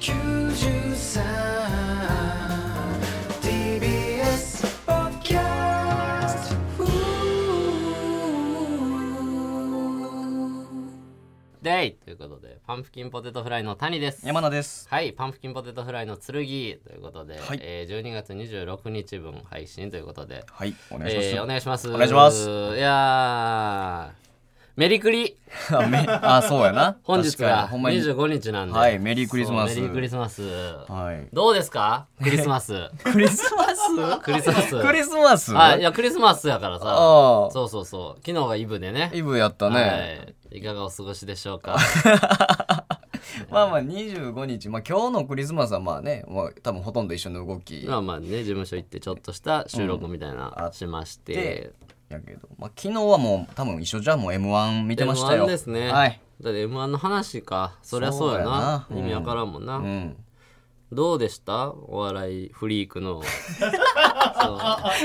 93 TBS ポッドキャストうデイということで、パンプキンポテトフライの谷です。山名です。はい、パンプキンポテトフライの剣ということで、はいえー12月26日分配信ということで、はい、お願いします。えーお願いします。お願いしますいやー、メリクリ あめあ、そうやな。 本日が確かにほんまに25日なんで。はいメリークリスマスそうメリークリスマス。はい。どうですかクリスマ ス。クリスマス。クリスマス。 クリスマス。あ、いや、クリスマスやからさ。ああ。そうそうそう。昨日がイブでね。イブやったね。はい。いかがお過ごしでしょうか。まあまあ25日、まあ今日のクリスマスはまあね、まあ多分ほとんど一緒の動きまあまあね事務所行ってちょっとした収録みたいなあしまして、やけど、まあ昨日はもう多分一緒じゃんもう M1 見てましたよ。 M1 ですね、はい。だって M1 の話かそりゃそうやなそうやな意味わからんもんな、 うん。どうでしたお笑いフリークの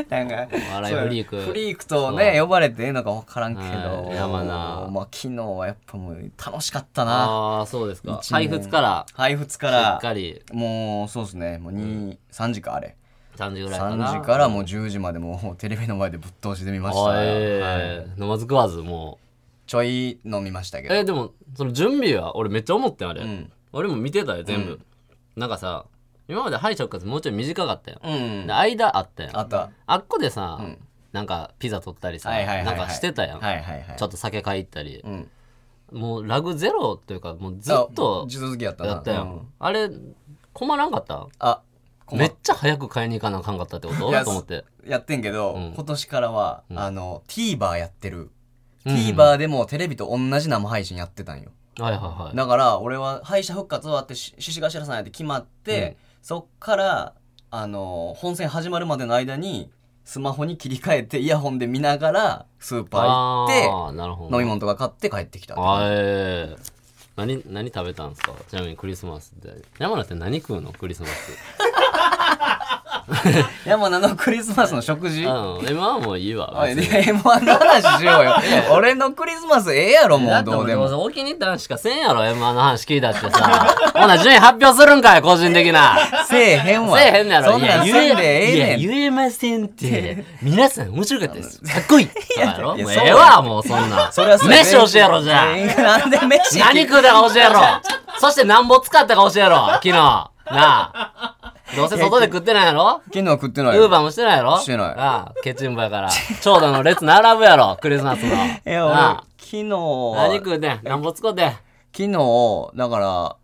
なんか笑いそうやフリークフリークとね呼ばれてええのか分からんけはどい山名まあ昨日はやっぱもう楽しかったなああそうですか一配年布からし配布つかっらかりもうそうですねもう2、3時かあれ3時ぐらいかな3時からもう10時までもうテレビの前でぶっ通しで見ました、あーえはいー飲まず食わずもちょい飲みましたけうどえーでもその準備は俺めっちゃ思ってんあれ、ん俺も見てたよ全部、なんかさ今まで敗者復活もうちょい短かったよ、うんで間あったよあったあっこでさ、なんかピザ取ったりさ、はいはいはい、なはい、んかしてたやん、はいはいはいちょっと酒買い行ったりう、んもうラグゼロというかもうずっとあ地続きやったなやったやん、うんあれ困らんかったあめっちゃ早く買いに行かなあかんかったってこといやと思ってやってんけど、ん今年からは、あの TVer やってる TVer でもテレビと同じ生配信やってたんよはいはいはいだから俺は敗者復活終わってし獅子頭さんやって決まって、そっからあのー本戦始まるまでの間にスマホに切り替えてイヤホンで見ながらスーパー行っあーなるほてど飲み物とか買って帰ってきたってあ感じえー何何食べたんですかちなみにクリスマスで山名って何食うのクリスマス山名のクリスマスの食事うん M1 もいいわおい別に M1 の話しよ うよ俺のクリスマスええやろもだうってどうでもお気に入った話しかせんやろ M1 の話聞いたってさほな順位発表するんかい個人的なせえへんわせえへんのやろそんなんいせや言んえでええねんいや言えませんって皆さん面白かった ですかっこいいとかやろいもやうそうええわもうそんなんそれはそう飯教えろじゃあ全員 なんで飯何食うたか教えろそしてなんぼ使ったか教えろ昨日なあどうせ外で食ってないやろ昨日食ってないウーバーもしてないやろしてないああケチンボやから長蛇の列並ぶやろクリスマ スのいや俺なあ昨日何食うてんなんぼ使うてん昨日だから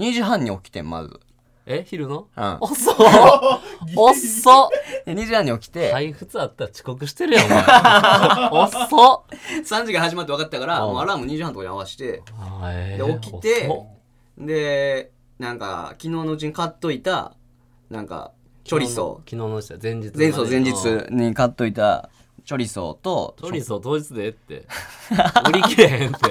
2時半に起きてんまずえ昼のうん遅 っ遅っで2時半に起きて、配布あったら 遅刻してるやんお前遅っ3時が始まって分かったからもうアラーム2時半とかに合わせてで起きてでなんか昨日のうちに買っといたなんかチョリソ昨日の人前日まで前日の前日に買っといたチョリソーとチョリソー当日でええって売り切れへんって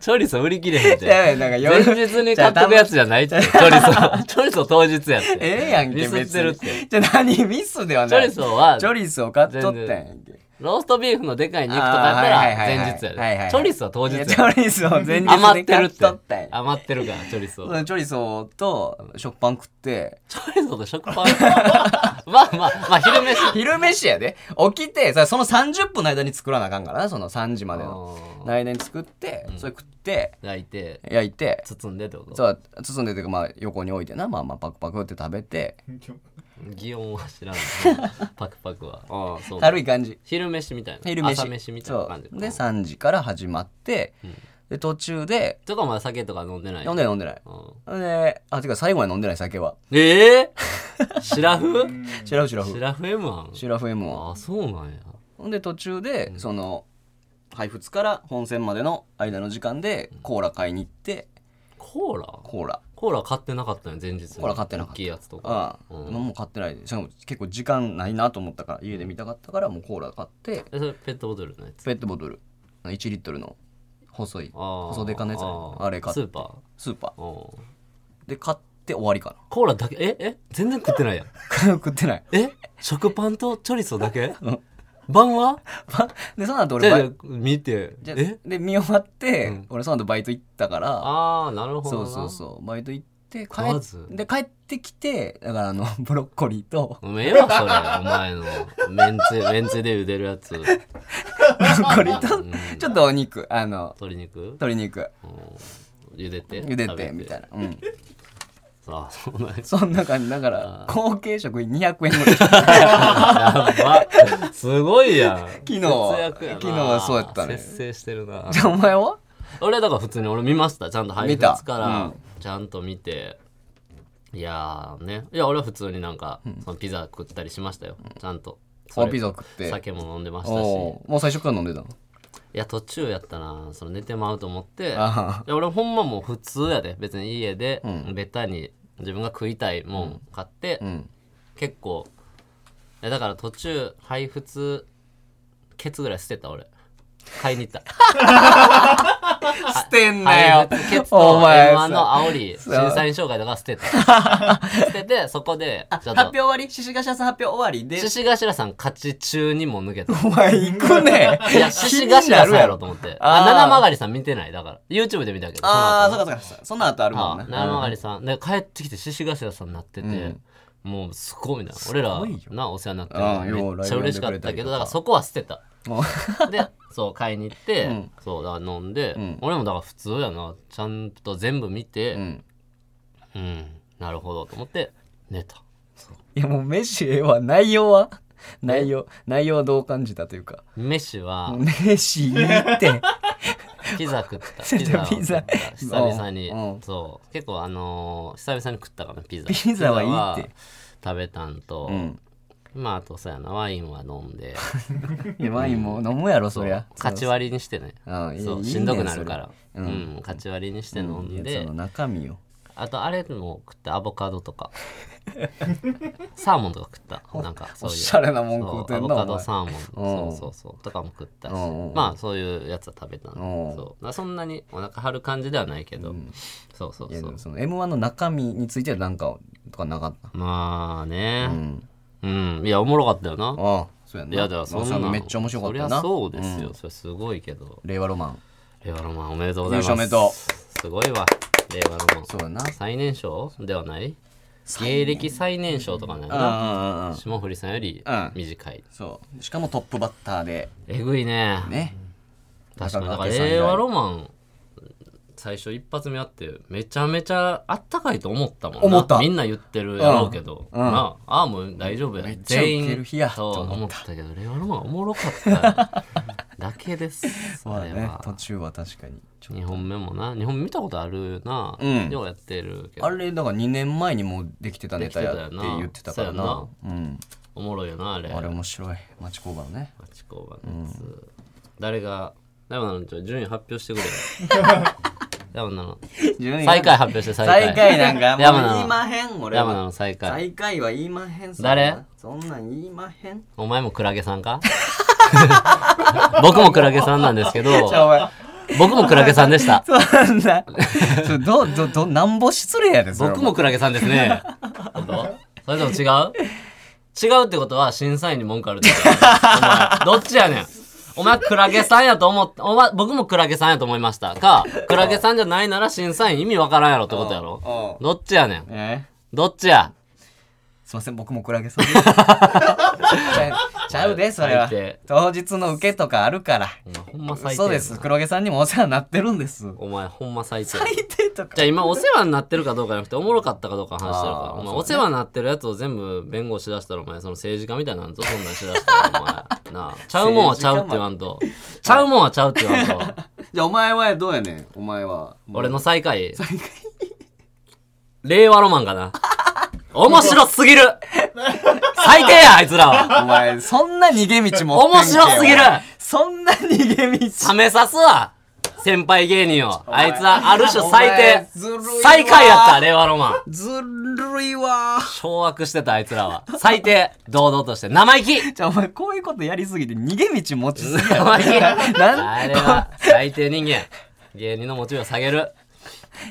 チョリソー売り切れへんっいやていやなんか前夜日に買っとくやつじゃないってチョリソーチョリソー当日やってええやんミけスってるっ別てにじゃあ何ミスではチョなリいソーはチョリソー買っとったんやんけローストビーフのでかい肉とかやったらあーはいはいはいはい前日やはいはいはでいチョリソーは当日いややでチョリソー前日余でってるっ買ってとったんや余ってるからチョリソーそうチョリソーと食パン食ってチョリソーと食パン まあまあまあ昼飯 昼飯やで起きてさその30分の間に作らなあかんからなその3時までのあーの間に作ってそれ食って焼いて焼いて包んでってことそう包んでていうかまあ横に置いてなまあまあパクパクって食べて擬音は知らんパクパク はああそう軽い感じ昼飯みたいな昼飯朝飯みたいな感じそうで3時から始まってで途中でとかまだ酒とか飲んでない飲んでない飲んでないうんほんであてか最後まで飲んでない酒はええ シラフシラフシラシフラフ M1 シラフ M あはあそうなんやほんで途中でその配布から本戦までの間の時間でコーラ買いに行ってコーラコーラコーラ買ってなかったね前日にコーラ買ってなかった大きいやつとかああ、何も買ってないでしかも結構時間ないなと思ったから家で見たかったからもうコーラ買ってえそれペットボトルのやつペットボトル1リットルの細いああ細でかのやつあれあああれ買っスてーパスーパーうんーで買って終わりかコーラだけええ全然食ってないやんな 食ってないえ食パンとチョリソだけ晩はまでその後じ俺ゃあじゃバイあ見てじゃえで見終わって、俺その後バイト行ったからああなるほどそうなそうそうバイト行っで帰食わずで帰ってきてだからあの ブロッコリーとうめえわそれお前のめんつゆめんつゆで茹でるやつ、うブロッコリーとん、ちょっとお肉あの鶏肉鶏肉うん茹でて茹で食べてみたいな、うん、さあそうなんやそんな感じだかあらー後継食200円ぐらい昨やばすごいやん昨日は昨日はそうやったね節制してるなじゃあお前は俺だから普通に俺見ましたちゃんと配見た列からちゃんと見て、いやーねいや俺は普通になんか、そのピザ食ったりしましたよちゃんとあピザ食って酒も飲んでましたしおーもう最初から飲んでたのいや途中やったなその寝てまうと思っていやあ俺ほんまもう普通やで別に家でうんベタに自分が食いたいもん買って、ーうん結構いやだから途中配布ケツぐらい捨てた俺買いに行った捨てんな配よ布ケツとお m 前1のさ煽り審そう査員紹介とか捨て た捨ててそこでちょっ発と表終わり獅子頭さん発表終わりで獅子頭さん勝ち中にも抜けたお前行くね いや獅子頭さんやろと思ってああー七曲さん見てないだから YouTube で見たけど ああそその後うかそうかそんな後あるもんあな七曲さんで帰ってきて獅子頭さんになってて、うんもうすごいな俺らすごいよなお世話になってああるよのうめっちゃ嬉しかっライブやたってくれたりけとどだかからそこは捨て た もうでそう買いに行って、うんそうだから飲んで、うん俺もだから普通やなちゃんと全部見てう、んうんなるほどと思って寝たいやもう飯は内容は内容内容はどう感じたというか飯は飯いいってピザ食 ったそれピでザを食ったピザ久々に、うんうんそう結構あのー久々に食ったからピザピザはいいってピザは食べたんと、うんまああとそうやなワインは飲んでいやワインも飲むやろ そりゃ勝ち割りにしてねうんいやそいういねしんどくなるからそれううんん、勝ち割りにしてり飲んで、その中身をあとあれも食ったアボカドと かサーモンとか食ったなんかそおうっいうしゃれなもんそう食うてアんボなカおド前サーモンうそんうそうそうとかも食ったしうんうんうんまあそういうやつは食べたんでうんそうだからそんなにお腹張る感じではないけどんそうそういやでそうもその M1 の中身についてはなんかとかなかっまあたうねんうんいやおもろかったよなああそうやないやだからそんなめっちゃ面白かったよそりゃなそうですよんそれすごいけど令和ロマン令和ロマンおめでとうございます優勝おめでとすごいわ令和ロマンそうやな最年少ではない最芸歴最年少とかなんやなああ霜降りさんよりうん短い。そうしかもトップバッターでえぐいね。ね確かに。だか中川ら家さん以来令和ロマン、最初一発目あって、めちゃめちゃあったかいと思ったもんな。思ったみんな言ってるやろうけど、うんうんまあ、ああ、もう大丈夫や。めっちゃ全ウケる員日やとと思思ったけど、令和ロマンおもろかっただけです。そうだあれねは途中は確かにちょっ2本目もな。2本目見たことあるな。うんようやってるけとあど。れだから2年前にもうできてたネタやって言ってたからなでうんおもろいよな、あれ。あれ面白い町工場のね町工場のやつ、誰がダメなのちょ順位発表してくれ よダメなの最下位発表して最下位最下位なんか 山名もうの言いまへん俺ダメなのは最下位最下位は言いまへんそんな誰そんなん言いまへんお前もクラゲさんか 僕もクラゲさんなんですけどじゃあお前僕もクラゲさんでしたそんな それどどどなんぼ失礼やでそれ僕もクラゲさんですね本当それとも違う違うってことは審査員に文句あるってことお前どっちやねんお前クラゲさんやと思ってお前僕もクラゲさんやと思いましたかクラゲさんじゃないなら審査員意味わからんやろってことやろうどっちやねんんえどっちやすいません僕もクラゲさんです ちゃうちゃうでそれは最低当日の受けとかあるからお前ほんま最低やそうなです黒毛さんにもお世話になってるんですお前ほんま最低最低とかじゃあ今お世話になってるかどうかじゃなくておもろかったかどうかの話してるからあーお前そうねお世話になってるやつを全部弁護しだしたらお前その政治家みたいなんぞそんなんしだしたらお前 なあちゃうもんはちゃうって言わんとちゃうもんはちゃうって言わんと じゃあお前はどうやねんお前は俺の最下位令和ロマンかな面白すぎる最低やあいつらはお前 そんな逃げ道も面白すぎるそんな逃げ道冷めさすわ先輩芸人をあいつはある種お最前低ずるいわ最下位やった令和ロマンずるいわ掌握してたあいつらは最低堂々として生意気じゃあお前こういうことやりすぎて逃げ道持ちすぎ やろ生意気あなんれは最低人間芸人のモチベを下げる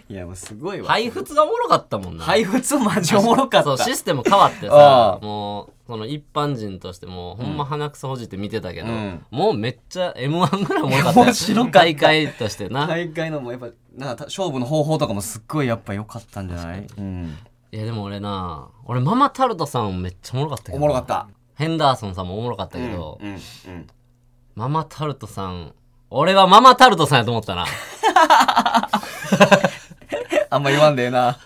いやもうすごいわ配布がおもろかったもんな配布つマジおもろかそうったシステム変わってさうんもうその一般人としてもうほんま鼻くそほじって見てたけど、うんもうめっちゃ m 1ぐらいおもろかったよ面白かった大会としてな大会のもやっぱなんか勝負の方法とかもすっごいやっぱ良かったんじゃない、うん、いやでも俺な俺ママタルトさんめっちゃおもろかったけどおなもろかったヘンダーソンさんもおもろかったけど、うんうんママタルトさん俺はママタルトさんやと思ったなあんま言わんでええな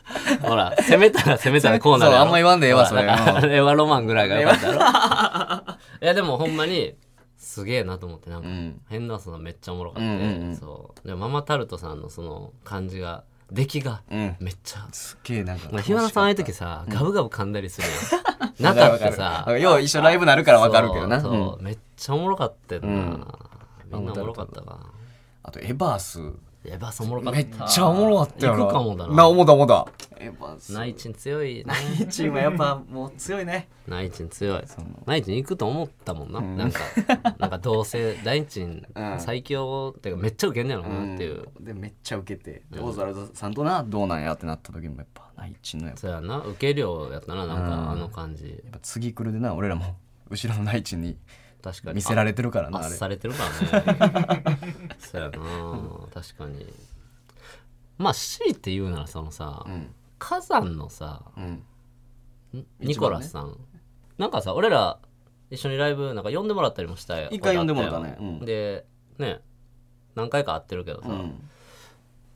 ほら攻めたら攻めたらこうなるやろそうあんま言わんでええわほらそれうんだから令和ロマンぐらいがよかったやろいやでもほんまにすげえなと思ってなんか、うんヘンダーソンさんめっちゃおもろかった、うんうんうんそうでママタルトさんのその感じが出来がうんめっちゃ、すっげえなんかまあ日原さんああいう時さ、ガブガブ噛んだりする やんわ中かっるわかてるさなんかよう一緒ライブなるからわかるけどなそううそんうめっちゃおもろかったよな、うんみんなおもろかったなあとエバースエヴァソおもろかっためっちゃおもろかったよな行くかもだなな思った思ったエバースナイチン強いなチームはやっぱもう強いねナイチン強いのナイチン行くと思ったもんな、ん なんかなんかどうせナイチンうん最強ってかめっちゃウケんねやろなっていう、うんでめっちゃ受けてでオズワルドさんとなどうなんやってなった時もやっぱナイチンのやっぱそうやなウケ量やったななんか、うんあの感じやっぱ次来るでな俺らも後ろのナイチンに確かに見せられれてるからあなあ圧れされてるから ねそうやな確かにまあ C って言うならそのさ、うん火山のさうんニコラスさん、なんかさ俺ら一緒にライブなんか呼んでもらったりもしたよ一回呼んでもらったねうんでね何回か会ってるけどさ、うん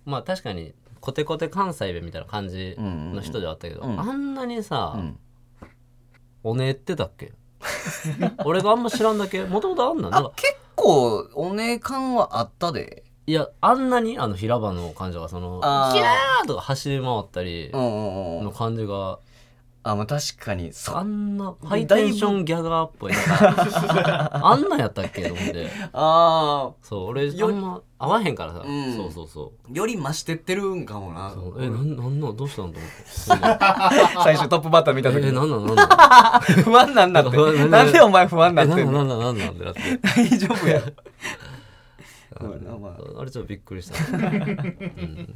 まあ確かにコテコテ関西弁みたいな感じの人ではあったけど、うんうんうんあんなにさ、うんおねえってたっけ 俺があんま知らんだけもともとあんなんなんあか結構お姉感はあったでいやあんなにあの平場の感じがそのあー「キラー!」とか走り回ったりうんうんうのん感じがあまあ確かにそあんなハイテンションギャガーっぽいなん かあんなんやったっけと思って。あそう俺あよんま合わへんからさ、うんそうそうそうーより増してってるんかもなそうえなんなんなんどうしたんと思って 最初トップバッター見たえ時なんなんなん なん不安なんだって不安なんだなんでお前不安えななんなってんんなのんなんなんなんってなって大丈 夫やそうやなまああれちょっとびっくりした、 うん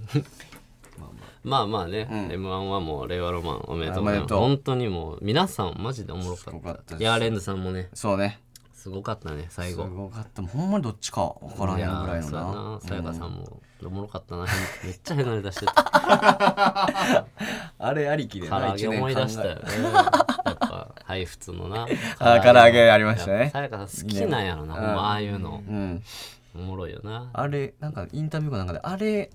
まあまあね、うん m 1はもう令和ロマンおめでとうございまおめですとう本当にもう皆さんマジでおもろかすっごたかったですいやレンズさんもねそうねすごかったね最す後ごかったほんまにどっちか分からんいややんぐらいーのそうやななさやかさんも、おもろかったなめっちゃ変なり出してたあれありきで唐揚げ思い出したよね。やっぱ、配布のな。 あ唐揚げありましたねやっぱさやかさん好きなんやろな、ねほんまああいうの。うんおもろいよな。あれなんかインタビューかなんかであれ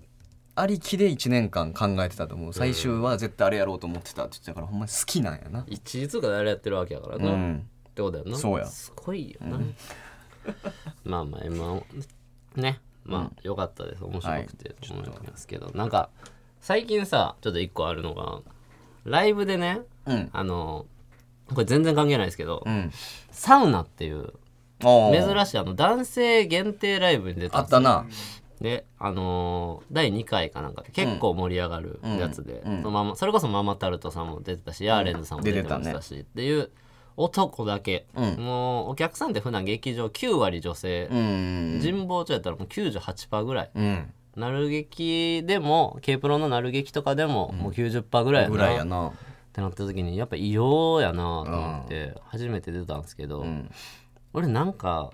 ありきで1年間考えてたと思う最終は絶対あれやろうと思ってたって言ってたからほんまに好きなんやな一位通過であれやってるわけやからうな。っんてことやな。そうやすごいよな。 まあまあ、M1 ね。まあ、よかったです。面白くて。思いますけど。なんか、最近さ、ちょっと一個あるのが、ライブでね、うんあの、これ全然関係ないですけどう、んサウナっていう、おー珍しいあの男性限定ライブに出たあんっですよたなであのー第2回かなんか結構盛り上がるやつで、うんうんそのままそれこそママタルトさんも出てたし、ヤーレンズさんも出てましたしっていう男だけ、うんもうお客さんって普段劇場9割女性う、ん神保町やったらもう98%ぐらいうんなる劇でも K プロのなる劇とかでももう90%ぐらいやな,、ぐらいやなってなった時にやっぱ異様やなと思って初めて出たんですけど、うん俺なんか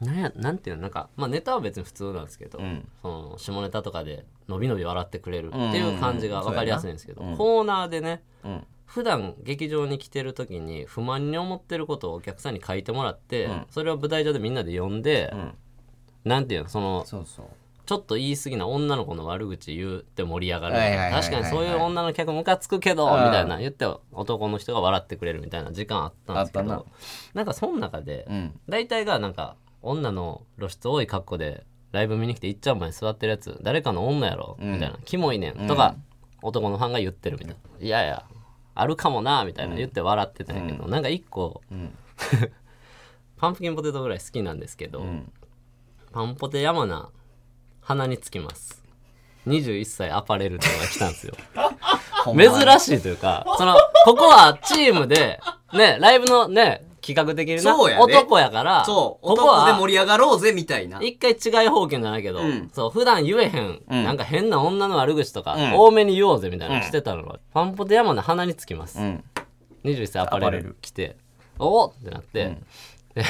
なんやなんていうのなんか、まあ、ネタは別に普通なんですけど、うんその下ネタとかでのびのび笑ってくれるっうんていう感じが分かりやすいんですけど、そうやなうんコーナーでねうん普段劇場に来てる時に不満に思ってることをお客さんに書いてもらって、んそれを舞台上でみんなで読んで、んなんていうのそのそうそうちょっと言い過ぎな女の子の悪口言うって盛り上がる、はいはいはいはい確かにそういう女の客ムカつくけど、うんみたいな言って男の人が笑ってくれるみたいな時間あったんですけどあなったなんかその中で、うん大体がなんか女の露出多い格好でライブ見に来ていっちゃん前に座ってるやつ誰かの女やろみたいな、キモいねんとか、男のファンが言ってるみたいないやいやあるかもなみたいな言って笑ってたんやけど、なんか一個、んパンプキンポテトぐらい好きなんですけど、んパンポテ山名鼻につきます21歳アパレルっていうのが来たん ですよほんま珍にしいというか、その、ここはチームで、ね、ライブのね、企画的にな、そうやで男やから、そうここ男では、盛り上がろうぜみたいな一回違い方権じゃないけど、うんそう、普段言えへん,、うんなんか変な女の悪口とか、うん多めに言おうぜみたいなうのんしてたのが、パンポテ山の鼻につきます。ん21歳アパレアパレルル来て、おおってなって、 で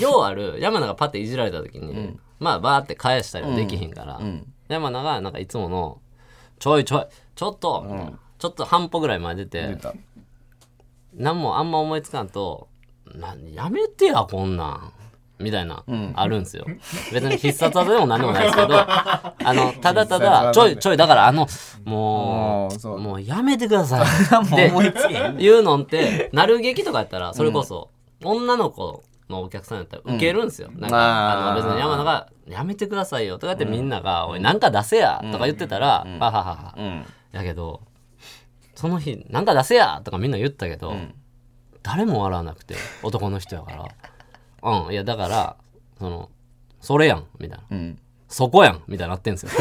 ようある、山名がパッていじられた時に、まあ、バーって返したりもできひんから、うん山名がなんかいつもの「ちょいちょいちょっと」うんみたいなちょっと半歩ぐらい前出出てた何もあんま思いつかんと「なやめてやこんなん」みたいな、んあるんですよ別に必殺技でも何でもないですけ どあのただただ「必殺技でちょいちょい」だからあのももうそううもうやめてくだ さいもう思いつけへん言うのんって、なる劇とかやったら、それこそ、女の子のお客さんやったら受けるんですよ。なんあか、あーの別に山名が、やめてくださいよ。とかってみんなが、おい、なんか出せやとか言ってたら、はははは。うんやけど、その日、なんか出せやとかみんな言ったけど、誰も笑わなくて、男の人やから。うん、いや、だから、その、それやん、みたいな。うんそこやん、みたいになってんすよ。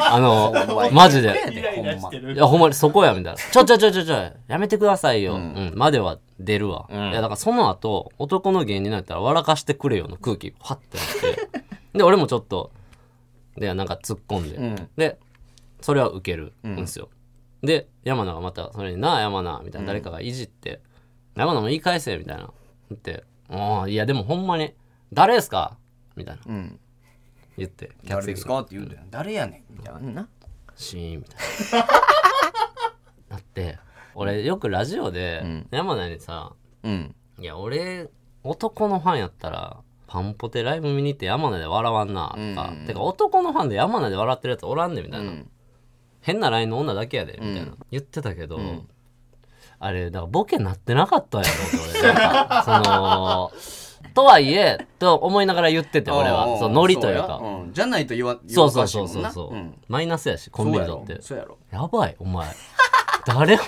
あの、マジで。イライラしてるいや、ほんまにそこや、みたいな。ちょちょちょちょちょ、やめてくださいよ。うん、までは出るわ。いや、だからその後、男の芸人になったら笑かしてくれよの空気、ファってなって。で、俺もちょっと、で、なんか突っ込んで。んで、それは受けるんですよ。で、山名がまた、それになあ、山名、みたいな、誰かがいじって、山名も言い返せ、みたいな。って、ああ、いや、でもほんまに、誰ですかみたいな。うん言って、誰でにすかって言うんだよ誰やねんみたいなシーンみたい な。なって俺よくラジオでん山名にさうん「いや俺男のファンやったらパンポテライブ見に行って山名で笑わんな」とか「てか男のファンで山名で笑ってるやつおらんで」みたいな、ん変な LINE の女だけやで」みたいな、言ってたけど、あれだからボケなってなかったんやろって俺なんかそのとはいえと思いながら言ってて俺あーはそのノリというかそやうんじゃないと言わそうそうそうそう言わそう、んかしいもんなマイナスやしコうンんビニだってそうやろやばい、お前。 誰も、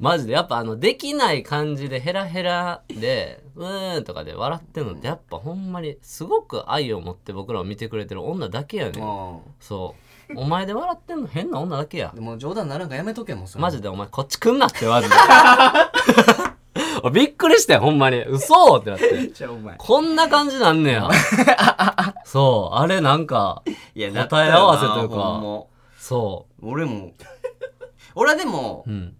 マジで、やっぱあの、できない感じでヘラヘラで、うーんとかで笑ってんのって、やっぱほんまに、すごく愛を持って僕らを見てくれてる女だけやねん。そそう。お前で笑ってんの変な女だけやうやろで。も冗談ならんかやめとけもうそれマジでお前こっち来んなって、 マジで。びっくりしたよ、ほんまに。嘘ってなって。じゃあお前こんな感じなんね や。そう、あれなんか、いや答え合わせというかなったよそなほんま俺も俺はでもう。うん。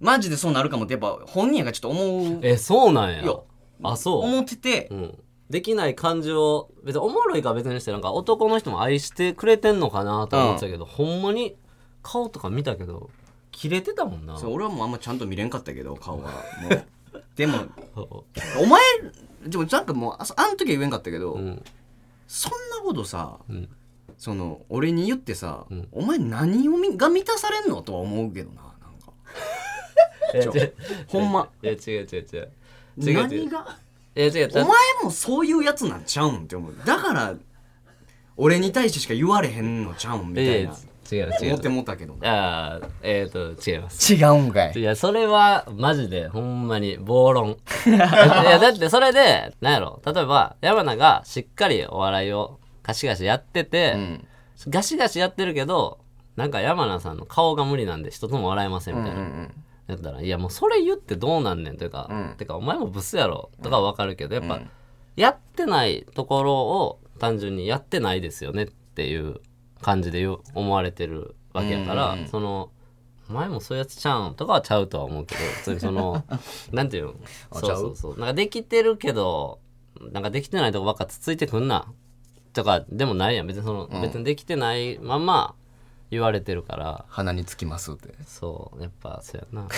マジでそうなるかもってやっぱ本人やからちょっと思うえ、そうなんやいや。あ、そう。思っててうん、できない感じを別におもろいか別にしてなんか男の人も愛してくれてんのかなと思ってたけど、ほんまに顔とか見たけどキレてたもんなそう俺はもうあんまちゃんと見れんかったけど顔はもうでもそお前でもなんかもうああん時は言えんかったけど、ううんそんなことさ、んその俺に言ってさ、んお前何をみが満たされんのとは思うけど ななんかいや違うほんまいや違う違う違う違う違う何がいや違うお前もそういうやつなんちゃうんって思うだから俺に対してしか言われへんのちゃうんみたいやいいなや違う違思っうてもったけどなああえっ、ー、と違います違うんかいやそれはマジでほんまに暴論いやだってそれでなんやろ例えば山名がしっかりお笑いをガシガシやってて、うんガシガシやってるけどなんか山名さんの顔が無理なんで人とも笑えませんみたいな、だったら「いやもうそれ言ってどうなんねん」というか「てかお前もブスやろ」とかは分かるけどやっぱ、やってないところを単純にやってないですよねっていう感じで言う思われてるわけやから、その「お前もそういうやつちゃうん」とかはちゃうとは思うけど普通にそ のなんていうのそうそうそうなんかできてるけどなんかできてないとこばっかつついてくんなとかでもないやん別にその、別にできてないまま言われてるから鼻につきますってそうやっぱそうやな やっ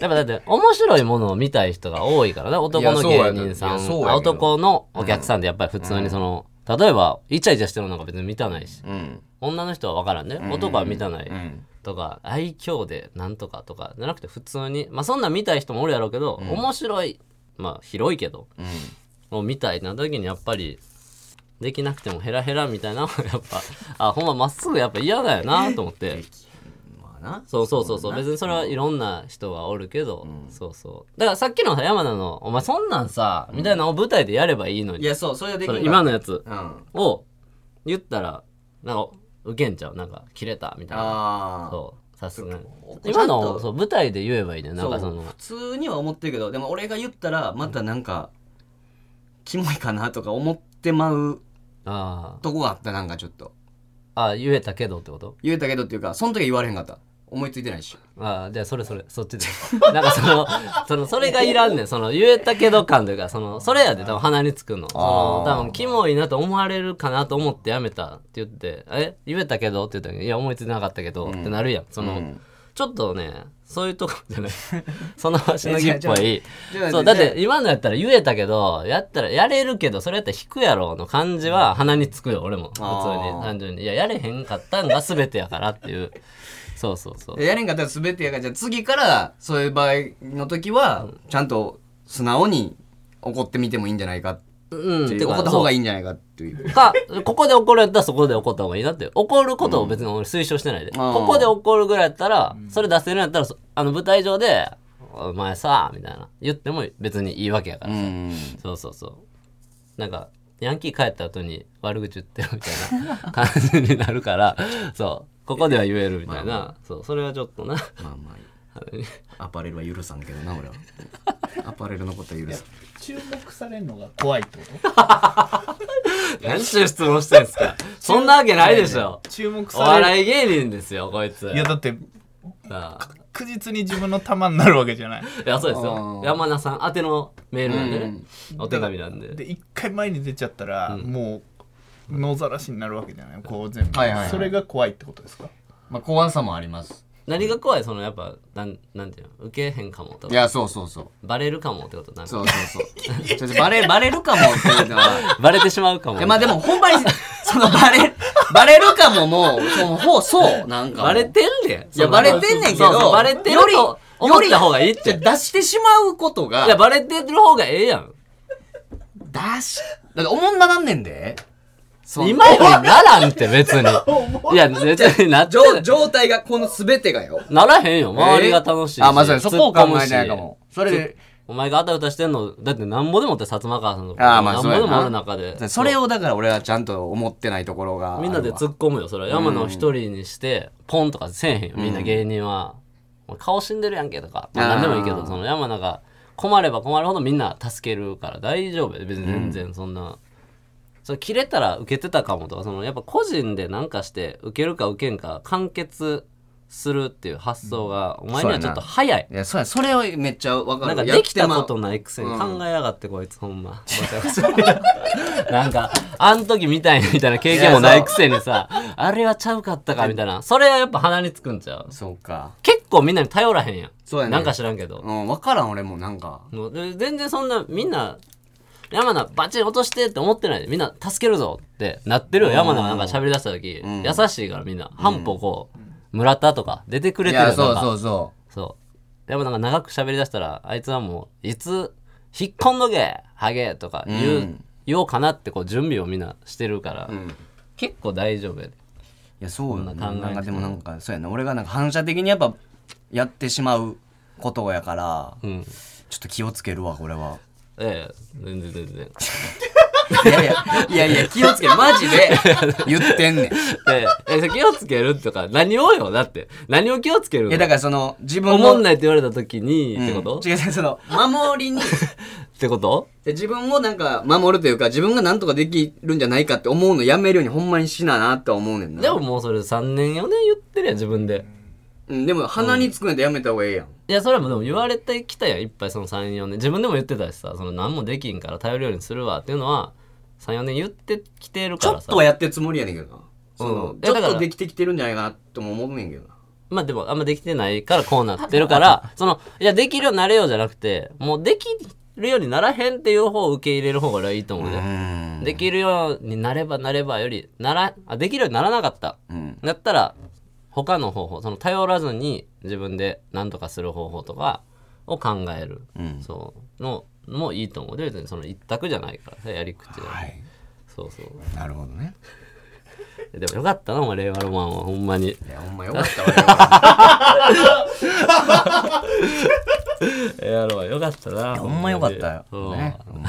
ぱだって面白いものを見たい人が多いからね男の芸人さ、いやそうやねいやそうんやけど男のお客さんでやっぱり普通にその、例えばイチャイチャしてるのが別に見たないし、うん女の人は分からんね、男は見たない、うんとか愛嬌でなんとかとかじゃなくて普通にまあそんなん見たい人もおるやろうけど、面白いまあ広いけど、を見たいな時にやっぱりできなくてもヘラヘラみたいなのがやっぱあほんままっすぐやっぱ嫌だよなと思って。まあなそうそうそうそう別にそれはいろんな人はおるけど、そうそうだからさっきの山名の「お前そんなんさ」みたいなのを舞台でやればいいのいに、やそうそれはできそるの今のやつうんあを言ったらなんか受けんちゃうなんか切れたみたいなあそうさすがにちょっと今のそう舞台で言えばいいねなんかその普通には思ってるけどでも俺が言ったらまたなんか、キモいかなとか思ってまうあーとこがあったなんかちょっとあ言えたけどってこと言えたけどっていうかその時は言われへんかった思いついてないしああじゃあそれそれそっちで なんかそのそのそれがいらんねんその言えたけど感というかそのそれやで多分鼻につくのその多分キモいなと思われるかなと思ってやめたって言って「え言えたけど?」って言ったら「いや思いついてなかったけど」ってなるやんその、んちょっとねそういうとこじゃない その足のぎっぽい違う違う違うそうだって今のやったら言えたけどやったらやれるけどそれやったら引くやろの感じは鼻につくよ俺も普通あーに単純にいややれへんかったんが全てやからっていうそうそうそうやれんかったら全てやからじゃあ次からそういう場合の時はちゃんと素直に怒ってみてもいいんじゃないかうん、ってていかう怒った方がいいんじゃないかっていうそうか、ここで怒るやったらそこで怒った方がいいなって。怒ることを別に俺推奨してないで。んここで怒るぐらいやったら、それ出せるんやったら、そあの舞台上で、お前さ、みたいな。言っても別にいいわけやからうさ。んそうそうそう。なんか、ヤンキー帰った後に悪口言ってるみたいな感じになるから、そう。ここでは言えるみたいな。そう、それはちょっとな。まあまあアパレルは許さんけどな俺 はアパレルのことは許さん注目されるのが怖いってこと何ちゅう質問してんすか。そんなわけないでしょ。注目おされる笑い芸人ですよ、こいつ。いやだってああ確実に自分の玉になるわけじゃないいや、そうですあよ。ー山名さん宛てのメールなんでね。お手紙なんでで。一回前に出ちゃったら、もう野ざらしになるわけじゃないこう全部、はいはいはいそれが怖いってことですかまあ怖さもあります何が怖いその、やっぱ、なん、なんていうの受けへんかもといか。やそうそうそうバレるかもってことなんかそう そうそうちょっとバレバレるかもって いうのはバレてしまうかも。えまあでもほんまにそのバレバレるかももうそのほうそうなんかもうバレてんねん。いやバレてんねんけどそうそうバレてるよりと思った方がいいっじて。ゃ出してしまうことがいや、バレてる方がええやん。出しだっておもんななんねんでその今よりならんっ て、別に。いや、別になって状状態がこの全てがよならへんよ。周りが楽しいし。あまあそうやそこを考突えっ込むてしないかもそれでお前があたふたしてんの、だってなんぼでもって、薩摩川さんとあか。ーまあなんそぼうやでなもある中で。それをだから俺はちゃんと思ってないところがあるわみんなで突っ込むよそれは山野を一人にしてポンとかせえへんよみんな芸人は、もう顔死んでるやんけとか、まあ、あー何でもいいけどその山野が困れば困るほどみんな助けるから大丈夫やで別に全然そんな、それ切れたら受けてたかもとかそのやっぱ個人で何かして受けるか受けんか完結するっていう発想がお前にはちょっと早いいやそうやそれをめっちゃ分かるなんかやっでてきたまうことないくせにうん考えやがってこいつほんま。なんかあん時みたいなみたいな経験もないくせに さあれはちゃうかったかみたいなそれはやっぱ鼻につくんちゃうそうか結構みんなに頼らへんやんそうやねなんか知らんけど、うん分からん俺もなんかもうで全然そんなみんな山名バチン落としてって思ってないでみんな助けるぞってなってるよ山名がなんか喋り出した時、ん優しいからみんな半歩こう、村田とか出てくれいてるやよなそんうかそうそそう。でもなんか長く喋り出したら、あいつはもう、いつ、引っこんどけ、ハゲとか言う、うん言おうかなってこう準備をみんなしてるから、ううん結構大丈夫やで。いやそうよなそんな考えなんかてでももなんかそうやな俺がなんか反射的にやっぱやってしまうことやからうん。ちょっと気をつけるわこれはええ、全然全然。いやいやいやいや気をつけるマジで言ってんねんいええ、え気をつけるとか、何をよ、だって。何を気をつけるのやだからその自分の思んないって言われた時に、うんってこと違う違うその守りにってことで自分をなんか守るというか自分がなんとかできるんじゃないかって思うのやめるようにほんまにしななって思うねんなでももうそれ3年4年言ってるやん、自分で。うん、でも鼻につくんやったらやめた方がええやん、いや、それはもうでも言われてきたやん、いっぱいその3、4年。自分でも言ってたしさ、その何もできんから頼るようにするわっていうのは、3、4年言ってきてるちかょらっさと。はやってるつもりやねんけどな、そのいちょやだっからとできてきてるんじゃないかなとも思うねんけどなまあでもあんまできてないからこうなってる から、その、いや、できるようになれようじゃなくて、もうできるようにならへんっていう方を受け入れる方が俺はいいと思ううね。んできるようになればなればより、なら、あ、できるようにならなかった。うんだったら、他の方法、その頼らずに自分で何とかする方法とかを考える。うんそう。の、もいいと思う。で、別にその一択じゃないから、やり口で。はいそうそう。なるほどね でもよかったな、お前、令和ロマンは、ほんまに。いやほんまよかったわ令和ロマン、よかったな。 ほんまよかったよ、うんね、ほんまに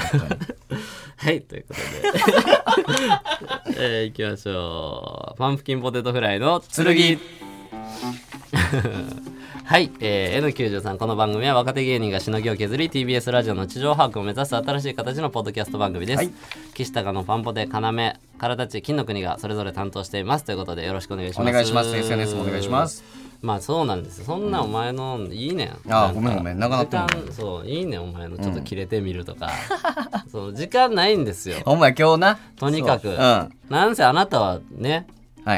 はい、という ことで。 えー、いきましょう。パンプキンポテトフライの剣。はい、えー、N93 この番組は若手芸人がしのぎを削り TBS ラジオの地上把握を目指す新しい形のポッドキャスト番組です、はい岸高のパンポテ要からたち金の国がそれぞれ担当していますということでよろしくお願いします お願いします SNS もお願いしますまあそうなんですそんなお前のいいねん、あーごめんごめん長な時ったも間んそういいねんお前のちょっと切れてみるとか、 そう時間ないんですよお前今日なとにかく、そううんはなんせあなたはねい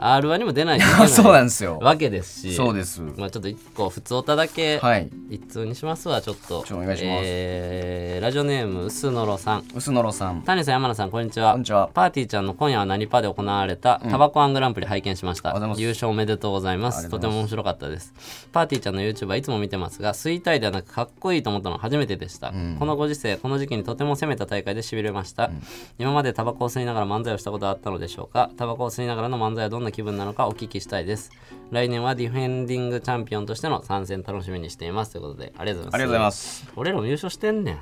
R1 にも出ないといけない そうなんですよわけですしそうですまあちょっと一個普通おただけはい一通にしますわちょっとちょお願いしますえーラジオネームうすのろさん薄野呂さん谷さん山田さんこんにちはこんにちはパーティーちゃんの今夜は何パで行われたタバコアングランプリ拝見しました、ありがとうございます優勝おめでとうございますありがととうてございも面白かったですパーティーちゃんの YouTuber いつも見てますが衰退ではなくかっこいいと思ったのは初めてでした、このご時世この時期にとても攻めた大会でしびれました、今までタバコを吸いながら漫才をしたことはあったのでしょうかタバコを吸いながらの漫才はどんな気分なのかお聞きしたいです来年はディフェンディングチャンピオンとしての参戦楽しみにしていますということでありがとうございますありがとうございます俺らも優勝してんねん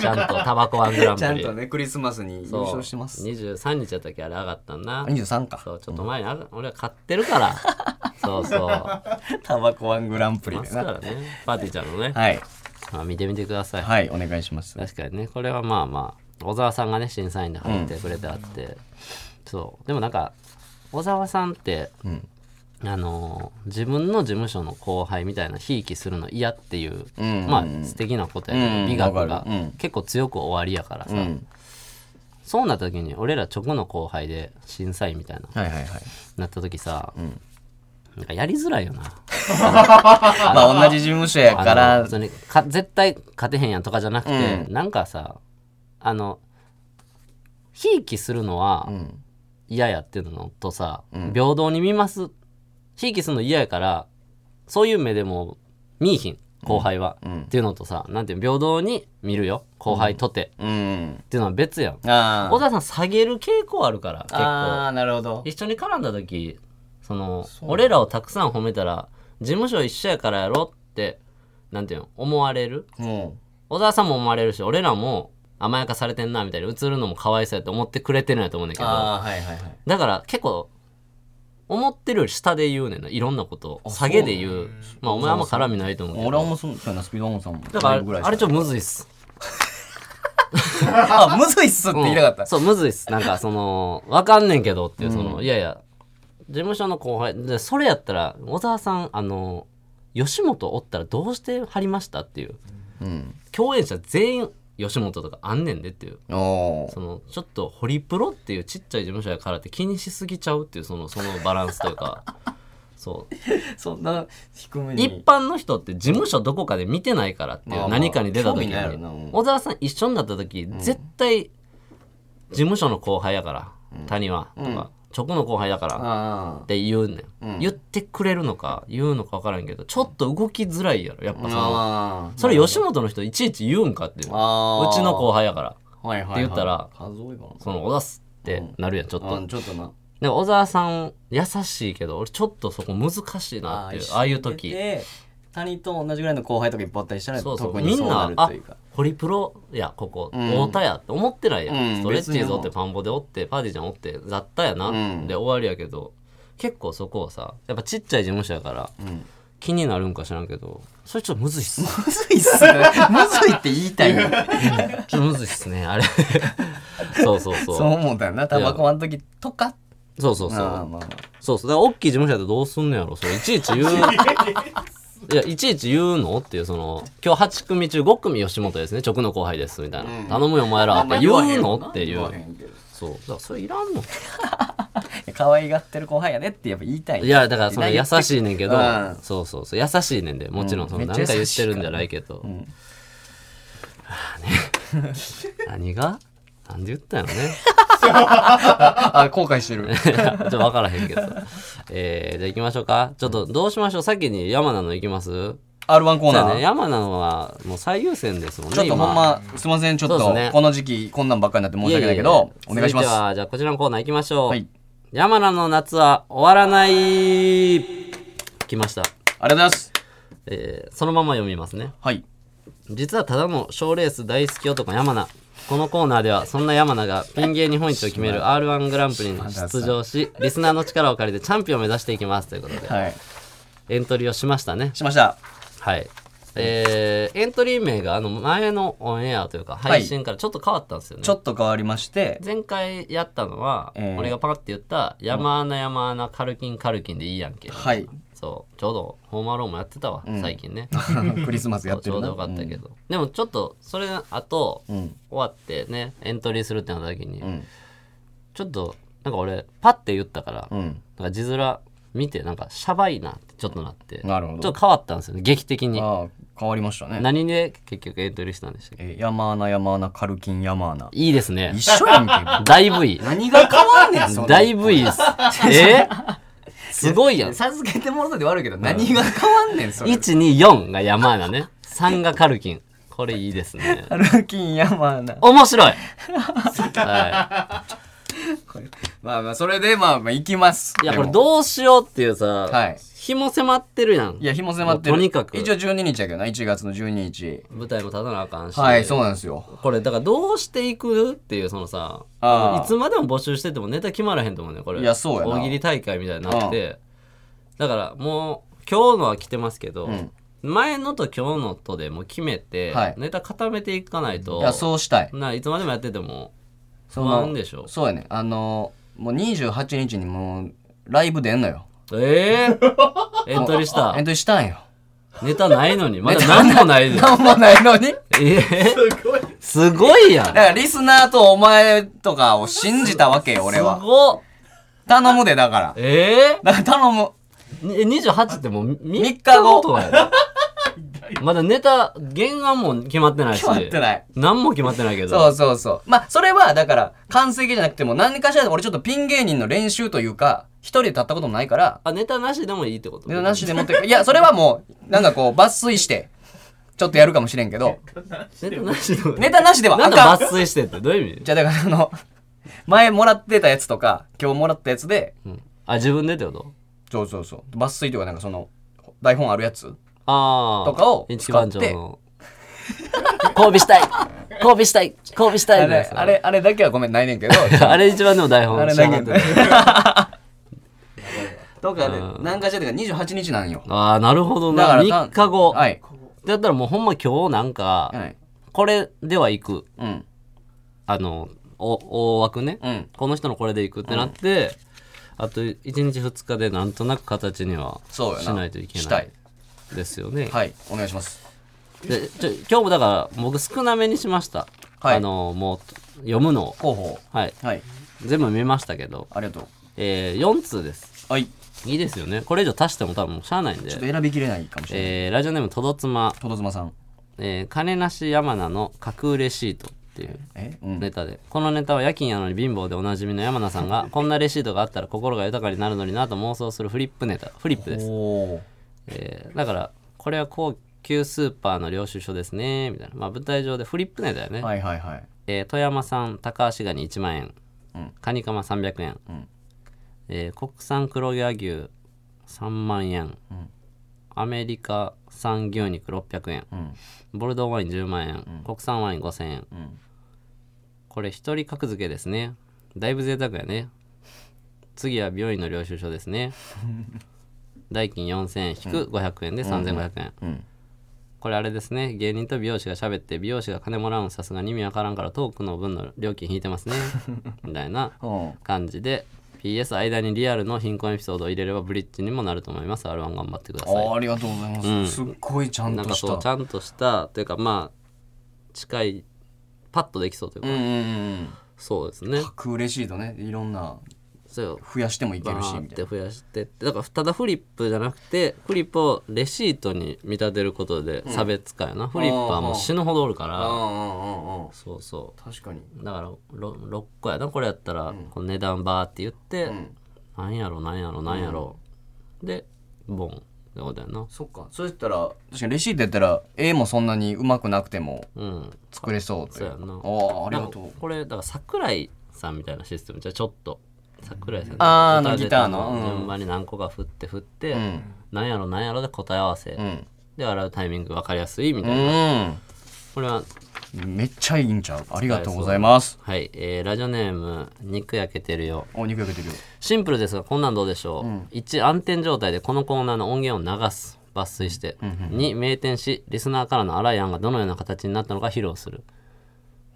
ちゃんとタバコアングランプ ちリゃんとねクリスマスに優そう勝してます23日やったっけあれ上がったんな23かそうちょっと前にあが、俺は買ってるから そうそうまタバコワングランプリですなからねパーティーちゃんのね、はいまあ、見てみてください、はいお願いします確かにねこれはまあまあ小沢さんがね審査員で入ってくれてあって、そうでもなんか小沢さんって、んあのー自分の事務所の後輩みたいなひいきするの嫌っていう、んまあ素敵なことやけど、うん美学わがか、るうん結構強く終わりやからさ、うんそうなった時に俺ら直の後輩で審査員みたいなはいはいはいなった時さ、なんかやりづらいよなまあ同じ事務所やかあのら別にか絶対勝てへんやんとかじゃなくて、なんかさあのひいきするのはん嫌やってるのとさ、平等に見ますひいきするの嫌やからそういう目でも見いひん後輩は、っていうのとさなんていうの平等に見るよ後輩とて、っうんていうのは別やんあ小ー田さん下げる傾向あるから結構あーなるほど一緒に絡んだ時その俺らをたくさん褒めたら事務所一緒やからやろってなんていうの思われるも小沢さんも思われるし俺らも甘やかされてんなみたいに映るのも可愛そうやって思ってくれてるんやと思うんだうけどああはいはいはいだから結構思ってるより下で言うねんないろんなことを下げで言うまあお前はあんま絡みないと思うけど俺はもうそうそうやなスピードワンさんもだからぐあらいれあ れちょっとむずいっすあむずいっすって言いたかった、そうむずいっすなんかそ のわかんねんけどっていうその、いやいや事務所の後輩でそれやったら小沢さんあの吉本おったらどうして張りましたっていう、共演者全員吉本とかあんねんでっていうおそのちょっとホリプロっていうちっちゃい事務所やからって気にしすぎちゃうっていうそのそのバランスという かそうそんな低め一般の人って事務所どこかで見てないからっていまあうまあ何かに出た時に興味ないやろなうん小沢さん一緒になった時絶対事務所の後輩やから谷はとか直の後輩だからあって言うねん言ってくれるのか言うのか分からんけどちょっと動きづらいやろやっぱそのあそれ吉本の人いちいち言うんかっていううちあーの後輩やからはいはい、はい、って言ったら数えかその小沢っすってなるやんちょっなあとーちょっとなでも小沢さん優しいけど俺ちょっとそこ難しいなっていうああいう時で谷と同じぐらいの後輩とかいっぱいあったりしたらそうそう特みにんそうななるあというかホリプロやここ太田やって思ってないやん、うんストレッチーズおっ別てにパンボでおってパーティーちゃんおって雑多やな、うんで終わりやけど結構そこをさやっぱちっちゃい事務所やから、気になるんか知らんけどそれちょっとむずいっす ねむずいっすねむずいって言い たいちょのっとむずいっすね あれそうそうそうそう思うたよなタバコワン時とかそうそうそう、あーまあまそうそうだから大きい事務所やったらどうすんのやろそれいちい ち言ういやいちいち言うのっていうその今日8組中5組吉本ですね直の後輩ですみたいな、頼むよお前らって言うのっていうあ言わへんけどそうだからそれいらんの可愛がってる後輩やねってやっぱ言いたいいやだからその優しいねんけど、うんそうそうそう優しいねんでもちろんそのうん何か言っめっちゃて優しいからるんじゃないけど、はあね何がなんで言ったんやろね あ後悔してる ちょっと分からへんけどえー、じゃあ行きましょうかちょっとどうしましょう先に山名の行きます R1 コーじナゃあーね山名はもう最優先ですもんねちょっとほんま、すいません、ちょっそうと、ですねこの時期、こんなんばっかりになって申し訳ないけど、お願いしま続てす。はじゃあこちらのコーナー行きましょう、はい山名の夏は終わらない来ました、ありがとうございます。えーそのまま読みますねはい。実はただの賞レース大好き男山名このコーナーではそんな山名がピン芸日本一を決める r 1グランプリに出場しリスナーの力を借りてチャンピオンを目指していきますということではい。エントリーをしましたねしました。はいえーエントリー名があの前のオンエアというかはい配信からちょっと変わったんですよね、ちょっと変わりまして前回やったのは、えー俺がパカって言った「山穴山穴カルキンカルキン」でいいやんけ、はい そうちょうどホームアローンもやってたわ、ん最近 ねクリスマスやってちょるうどなよかったけど、でもちょっとそれあと、うんうん終わってねエントリーするってなった時に、うんちょっとなんか俺パッて言ったから、うんなんか字面見てなんかシャバいなってちょっとなってなるほどちょっと変わったんですよね劇的にああ変わりましたね何で結局エントリーしたんでしたっけえー山穴山穴カルキン山穴いいですね一緒やんけ だいぶいい何が変わんねんそんなだいぶいいですえすごいやん授けてもらったで悪いけど何が変わんねんそれ124が山穴ね3がカルキンこれいいですねカルキン山穴面白い、はまあまあそれでまあまあ行きますい、いやでこもれどうしようっていうさ、はい日も迫ってるやんいや日も迫ってるもうとにかく一応12日やけどな1月の12日舞台も立たなあかんし、はいそうなんですよこれだからどうしていくっていうそのさああいつまでも募集しててもネタ決まらへんと思うねこれいやそうやな大喜利大会みたいになってだからもう今日のは来てますけど、ん前のと今日のとでもう決めて、はいネタ固めていかないといやそうしたいないつまでもやっててもそ不安でしょそうやねあのもう28日にもうライブ出んのよええ エントリーしたエントリーしたんよネタないのにまだ何もないでなんもないのにええすごいやんだからリスナーとお前とかを信じたわけよ俺すはごっ頼むでだからええだから頼むに28ってもう3三日日後後とかや でまだネタ原案も決まってないし決まってない何も決まってないけどそうそうそうまあそれはだから完成形じゃなくても何かしらで俺ちょっとピン芸人の練習というか一人で立ったこともないからあネタなしでもいいってことネタなしでもって いやそれはもうなんかこう抜粋してちょっとやるかもしれんけ どネタなしでもネタなしではなあんかかん抜粋してってどういう意味じゃあだからあの前もらってたやつとか今日もらったやつでうんあ自分でってことそうそうそう抜粋というかなんかその台本あるやつああとかを一番長の 交尾したい交尾したい交尾したいあのやれつあれあれだけはごめんないね んけどあれ一番でも台本あれだけ仕上が ってるとかで何かしらで28日なんよああなるほどだなから3日後はいだったらもうほんま今日なんか、はいこれでは行くうんあのお大枠ね、うんこの人のこれで行くってなって、あと1日2日でなんとなく形にはしそうやなないといけしたないいですよね。はいお願いしますでちょ今日もだから僕少なめにしました、はいあのもう読むのを、広報はい、はい全部見ましたけど、ありがとうえー、4通ですはいちいいですよねこれ以上足しても多分もうしゃあないんでょっ、と選びきれないかもしれないえーラジオネームとどつま、とど妻さんえー金なし山名の架空レシートっていうえうんネタでこのネタは夜勤やのに貧乏でおなじみの山名さん がこんなレシートがあったら心が豊かになるのになと妄想するフリップネタフリップです、おーえーだからこれは高級スーパーの領収書ですねみたいな、まあ、舞台上でフリップネタよね、はいはいはいえー富山産高橋ガニ1万円、うんカニカマ300円、んえー国産黒毛和牛3万円、んアメリカ産牛肉600円うんボルドーワイン10万円、国産ワイン5000円、うんこれ一人格付けですねだいぶ贅沢やね次は病院の領収書です ね代金4000円引く500円で3500円、うんこれあれですね芸人と美容師が喋って美容師が金もらうんさすがに意味わからんからトークの分の料金引いて ますねみたいなうん感じで PS 間にリアルの貧困エピソードを入れればブリッジにもなると思います R1 頑張ってくださいあありがとうございます、うんすっごいちゃんなんとかしそうちたゃんとしたというかまあ近いパッとできそうといううか、んうんうんそうですね架空レシートねいろんなそう増やしてもいけバるしーっみたてい増やしてってだからただフリップじゃなくてフリップをレシートに見立てることで差別化やな、フリップはもう死ぬほどおるかならうんうんうんうんそうそ確かにうだから6個やなこれやったら、この値段バーって言って、んなんやろなんやろなんやろ、でボンってことやなそっかそうやったら確かにレシートやったら絵もそんなにうまくなくてもうん作れそうといそううやなああありがとなんうかこれだから桜井さんみたいなシステムじゃちょっと桜井さんあーあの歌でギターのうん順番に何個か振って振って、うんなんやろなんやろで答え合わせ、うんで洗うタイミング分かりやすいみたいな、うんこれはめっちゃいいんちゃうありがとうございますはい、えーラジオネーム肉焼けてるよお肉焼けてるよシンプルですがこんなんどうでしょう、一1暗転状態でこのコーナーの音源を流す抜粋して、うんうんに名店しリスナーからのアライアンがどのような形になったのか披露する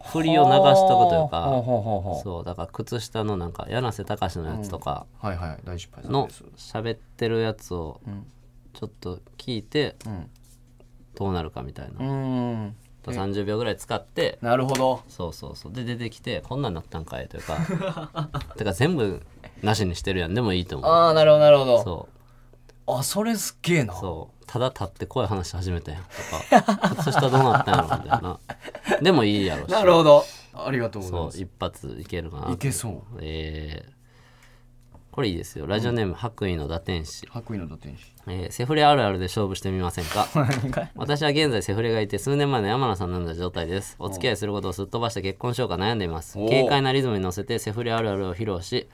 振りを流しとくというかほうほうほうほうそうだから靴下のなんか柳瀬隆のやつとかはいはい大失敗さんのです喋ってるやつをうんちょっと聞いてうんどうなるかみたいな、うーんと30秒ぐらい使ってなるほどそうそうそうで出てきてこんなんなったんかいというか てか全部なしにしてるやんでもいいと思うああなるほどなるほどそうあそれすっげえなそうただ立って声話し始めたやんとか 靴下どうなったんやろみたいなでもいいやろしなるほどありがとうございそまうす一発いけるかないけそうえーこれいいですよラジオネーム、白衣の堕天使、白衣の天使えーセフレあるあるで勝負してみませんか私は現在セフレがいて数年前の山名さんのような状態ですお付き合いすることをすっ飛ばして結婚しようか悩んでいますおー軽快なリズムに乗せてセフレあるあるを披露し、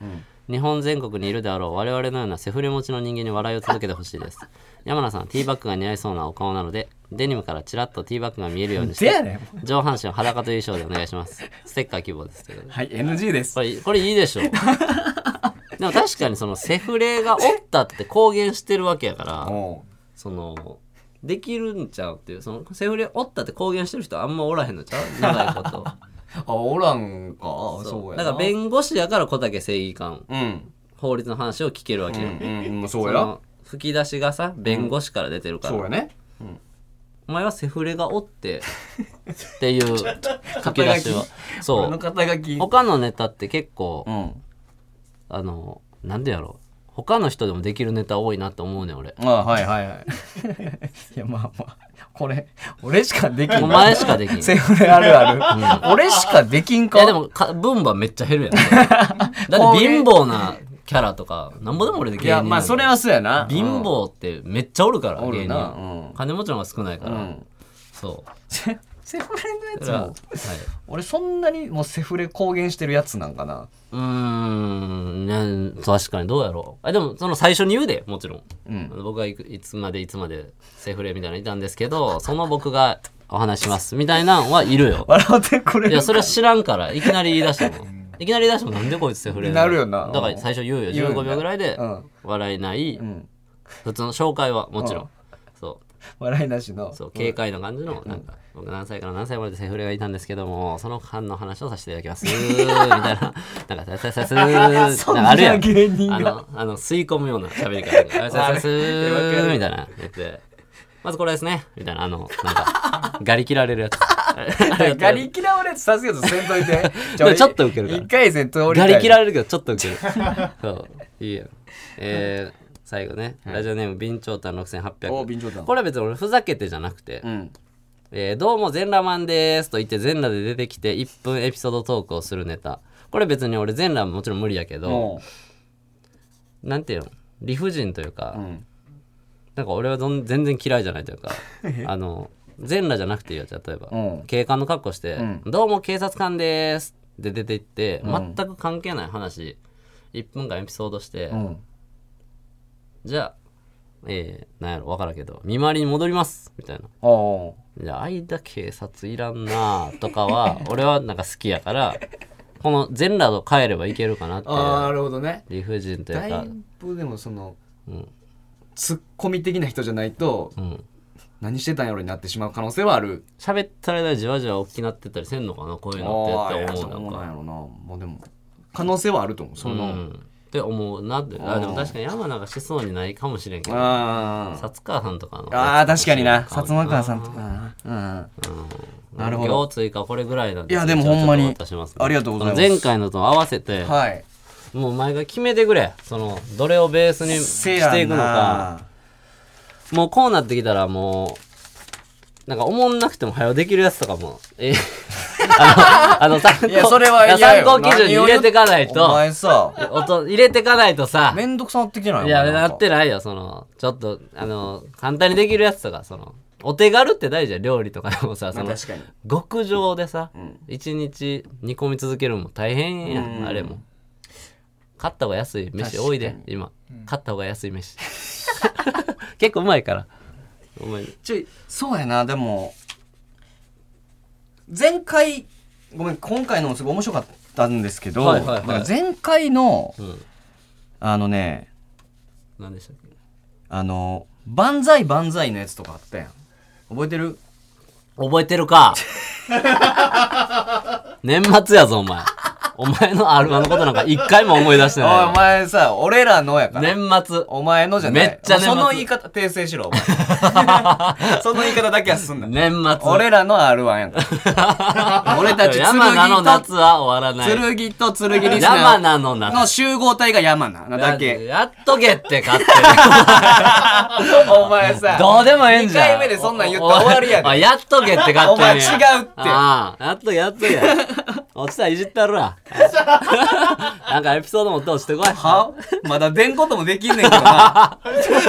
日本全国にいるであろう我々のようなセフレ持ちの人間に笑いを続けてほしいです山名さんティーバッグが似合いそうなお顔なのでデニムからチラッとティーバッグが見えるようにしでやてねん上半身を裸という衣装でお願いし ますステッカー希望ですということではい NG ですこれこれいいでしょでも確かにそのセフレがおったって公言してるわけやからおそのできるんちゃうっていうそのセフレおったって公言してる人あんまおらへんのちゃう長いことあおらんかあそうやだなから弁護士やから小竹正義感うん法律の話を聞けるわけよ、うんうんうんそうそやの吹き出しがさ弁護士から出てるから、そうやねお前はセフレがおって っていう書き出しはそ俺のう肩書き他のネタって結構、うんあのなんでやろう他の人でもできるネタ多いなって思うねん俺あはいはい はいいやまあまあこれ俺しかできんお前しかできん セフレあるある、俺しかできんいかやでもか分母めっちゃ減る やんだって貧乏なキャラとかなんぼでも俺で芸い人なやんでまあそれはそうやな貧乏ってめっちゃおるからお芸る人なうん金持ちの方が少ないかうら、んそうセセフだかレのら、はやいつも、俺そんなにもうセフレ公言してるやつなんかなうーんね確かにどうやろうあでもその最初に言うでもちろんうん僕はいくいつまでいつまでセフレみたいなのいたんですけどその僕がお話しますみたいなのはいるよ笑ってくれいるやそれは知らんからいきなり言い出してもいきなり言い出してもなんでこいつセフレなるよなだから最初言うよ言うんだ15秒ぐらいでうん笑えないうん普通の紹介はもちろんそ笑いなしのうそう軽快な感じのなんか僕何歳から何歳までセフレがいたんですけどもその間の話をさせていただ きますみたいななんかささささなんそんかあるやなん芸人あがのあの吸い込むような喋り方で「あささす ー」みたいなやってまずこれですねみたいなあのなんかガリ切られるやつあれガリ嫌われてさすやつせんとい てでもちょっとウケるから一回戦通りガたいリ切られるけどちょっとウケる そういいやんえー最後ね、ラジオネーム備長炭お6800備長炭これは別に俺ふざけてじゃなくて、うんえーどうも全裸マンですと言って全裸で出てきて1分エピソードトークをするネタこれ別に俺全裸ももちろん無理やけど、もなんていうの理不尽というか、ううんなんか俺はどん全然嫌いじゃないという かあの全裸じゃなくていいよ例えば、うん警官の格好して、んどうも警察官です」で出て行って、全く関係ない話1分間エピソードして、うんじゃあえー、なんやろ分からんけど見回りに戻りますみたいなおうじゃあ間警察いらんなとか は俺はなんか好きやからこの全裸と帰ればいけるかなっていああなうるほどね理不尽というだかいぶでもその、うんツッコミ的な人じゃないと、うん何してたんやろになってしまう可能性はある喋ったらじわじわ大きなってったりせんのかなこういうのってって思うなあーんそうかなんやろなまあでも可能性はあると思うその、うん、って思うなってあでも確かに山名がしそうにないかもしれんけどあー薩川さんとかのあー確かにな薩摩川さんとかなうんなるほど今日追加これぐらいなんいやでもほんまにちょっと渡しますけどありがとうございます前回のと合わせて、はいもうお前が決めてくれそのどれをベースにせしやていくのかなもうこうなってきたらもうなんか思んなくても早うできるやつとかも えあのあの参考いやそれはいや嫌参よ考基準に入れていかないおと前さ音入れていかないとさめんどくさなってきてないいや、お前なんかってないよ、その、ちょっと、あの、簡単にできるやつとか、その、お手軽って大事やん、料理とかでもさ、そまあの、確かに極上でさん、一、日煮込み続けるのも大変やうんん、あれも。買った方が安い飯多いで、今。買った方が安い飯。 結構うまいから。お前、ちょいそうやなでも前回ごめん今回のもすごい面白かったんですけど、はいはいはいだから前回のうん。あのね何でしたっけあの「万歳万歳」のやつとかあったやん覚えてる覚えてる か年末やぞお前お前の R1 のことなんか一回も思い出しておいないお前さ俺らのやから年末お前のじゃないめっちゃ年末その言い方訂正しろ お前その言い方だけはすんな、年末俺らの R1 やんか俺たち剣山名の夏は終わらないと剣と剣リス山名ナのーの夏集合体が山名なだけやっとけって勝 手お前さにどうでもええんじゃん2回目でそんなん言ったら終わりやでおいやっとけって勝手にお前違うってああやっとけやっとけ落ちたらいじったる わなんかエピソード持って落ちてこいはまだ出んこともできんねんけどな。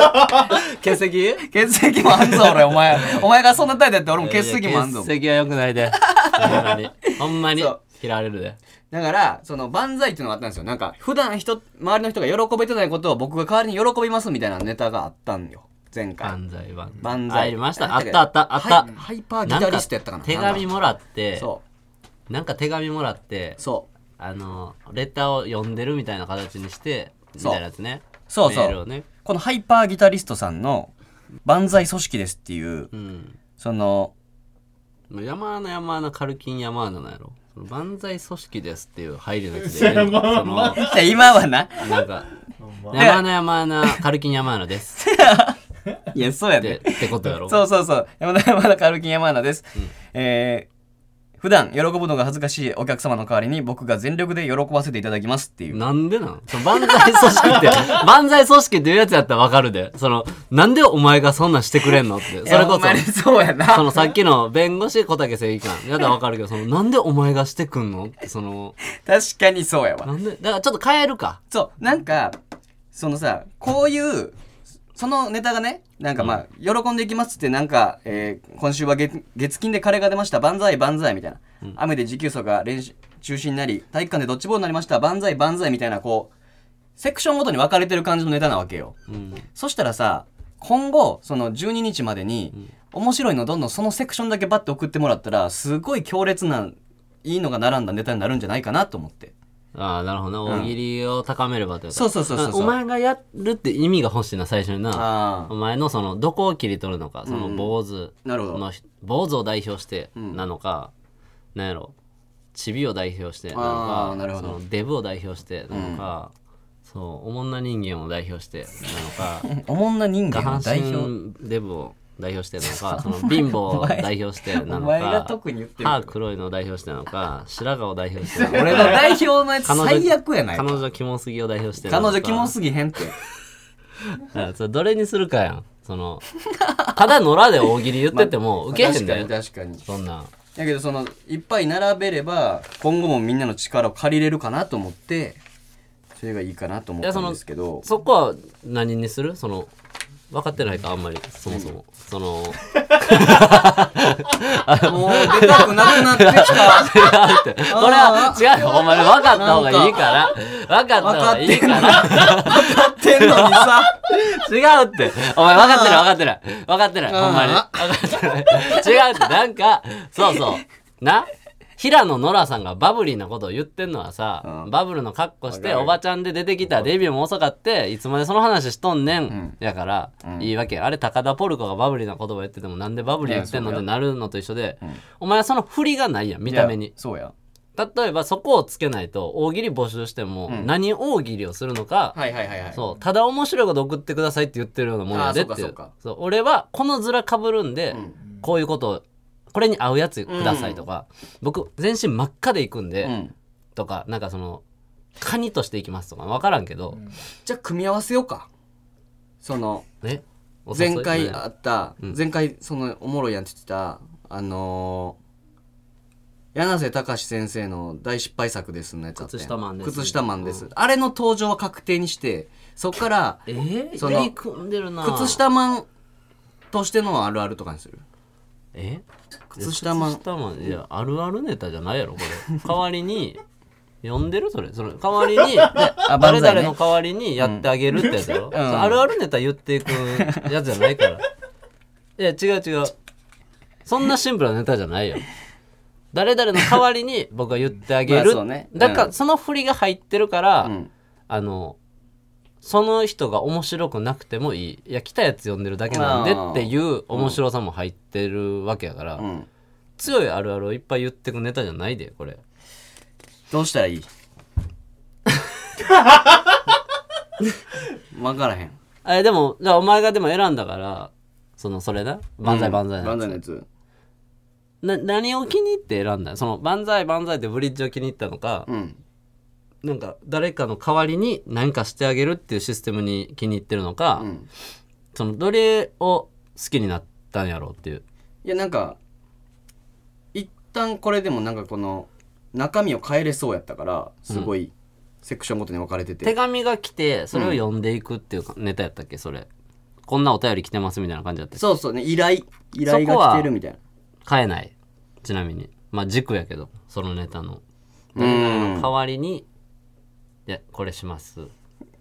欠 席血石もあんぞ、俺、お前。お前がそんな態度やって俺も血石もあんぞ。欠席は良くないでほんまにほんまにそう嫌われるでだから、その、万歳っていうのがあったんですよ。なんか、普段人、周りの人が喜べてないことを僕が代わりに喜びますみたいなネタがあったんよ。前回。万歳万歳万歳。ありましたあなっんたあったあったハイハイパーギタリストやったかな。手紙も。もらってそなんか手紙もらってう。そう。あのレターを読んでるみたいな形にしてみそうたいなやつねそうメそールをう。ねこのハイパーギタリストさんの、万歳組織ですっていうう、んその、山穴山穴カルキン山穴なんやろその万歳組織ですっていう入りのやつで、ね、そのなんいや今は な。か山穴山穴カルキン山穴ですいや、 そうやってで。ってことやろそうそうそう。山田山田カルキン山田です。えー普段喜ぶのが恥ずかしいお客様の代わりに僕が全力で喜ばせていただきますっていう。なんでなんその万歳組織って、 万歳組織っていうやつやったらわかるで。その、なんでお前がそんなんしてくれんのって。それこいやほんまにそ、そうやそな。のさっきの弁護士小竹正義感やったらわかるけど、その、なんでお前がしてくんのって、その、確かにそうやわ。なんで、だからちょっと変えるか。そう、なんか、そのさ、こういう、そのネタがね、なんかまあ、喜んでいきますって、なんか、えー今週は月月金でカレーが出ました、万歳万歳みたいな。雨で持久走が練習中止になり、体育館でドッジボールになりました、万歳万歳みたいな、こう、セクションごとに分かれてる感じのネタなわけよ。うん。そしたらさ今後その12日までに、面白いのどんどんそのセクションだけバッて送ってもらったらすごい強烈ないいのが並んだネタになるんじゃないかなと思ってああ、なるほどうな。ん大喜利を高めればってことそうそうそうそうそうお前がやるって意味が欲しいな、最初にな。あお前のその、どこを切り取るのか、その坊主なるほどの人、坊主を代表してなのか、なんやろ、チビを代表してなのあーか、なるほどそのデブを代表してなのか、そう、おもんな人間を代表して なのか、おもんな人下間の半代表身デブを代表してなの か、その貧乏を代表してなのお前がか、特に言ってる歯黒いのを代表してなのか、白髪を代表してなのか、俺の代表のやつ彼女最悪やないか彼女キモすぎを代表して彼女キモすすぎへんってそれどれにするかやんその ただ野良で大喜利言ってても受けへんだよ、 確かに確かそにんなんだけどそのいっぱい並べれば今後もみんなの力を借りれるかなと思ってそれがいいかなと思ったんですけどそこは何にするその分かってないかあんまりそもそもその もう出たくなくなってき違たうってこれは違うよお前分かった方がいいから分かった方がいいからってんのにさ。 違うってお前分かってない分かってない分かってないほんまに分かってない違うってなんかそうそうな平野ノラさんがバブリーなことを言ってんのはさ、うんバブルの格好しわてかるおばちゃんで出てきたデビューも遅かっていつまでその話しとんねん、んやから、いいわけあれ高田ポルコがバブリーな言葉言っててもなんでバブリー言ってんのいっやてそうなるのと一緒で、お前はその振りがないやん見た目にそうや。例えばそこをつけないと大喜利募集しても、ん何大喜利をするのか、はいはいはいはい。そうただ面白いこと送ってくださいって言ってるようなもんやでっていあーそううかそうかそう俺はこのズラかぶるんで、こういうことをこれに合うやつくださいとか、僕全身真っ赤で行くんで、うん。とかなんかそのカニとしていきますとか分からんけど、じゃあ組み合わせようか。その、ねお誘い前回あった、うん前回そのおもろいやんって言ってた、あのー、柳瀬隆先生の大失敗作ですのやつあったやん靴下マンです靴下マンです。あれの登場は確定にして、そっから、えー、その入り組んでるな靴下マンとしてのあるあるとかにする。え靴下マン靴下マンいやあるあるネタじゃないやろこれ代わりに呼んでるそれそれ代わり に誰万歳ね々の代わりにやってあげるってやつやろ、そうあるあるネタ言っていくやつじゃないからいや違う違うそんなシンプルなネタじゃないよ誰々の代わりに僕が言ってあげ まある、そうねうんだからその振りが入ってるから、うん。あのその人が面白くなくてもいいいや来たやつ呼んでるだけなんでっていう面白さも入ってるわけやから、うん強いあるあるをいっぱい言ってくネタじゃないでこれどうしたらいい 分からへんえでもじゃあお前がでも選んだからそのそれな万歳万歳万の歳のややつ、つな何を気に入って選んだのその万歳万歳ってブリッジを気に入ったのか、うんなんか誰かの代わりに何かしてあげるっていうシステムに気に入ってるのか、うんそのどれを好きになったんやろうっていういやなんか一旦これでもなんかこの中身を変えれそうやったからすごいセクションごとに分かれてて、手紙が来てそれを読んでいくっていうかネタやったっけそれこんなお便り来てますみたいな感じだったそうそうね依頼依頼が来てるみたいな変えないちなみにまあ軸やけどそのネタのう代んわりにいやこれします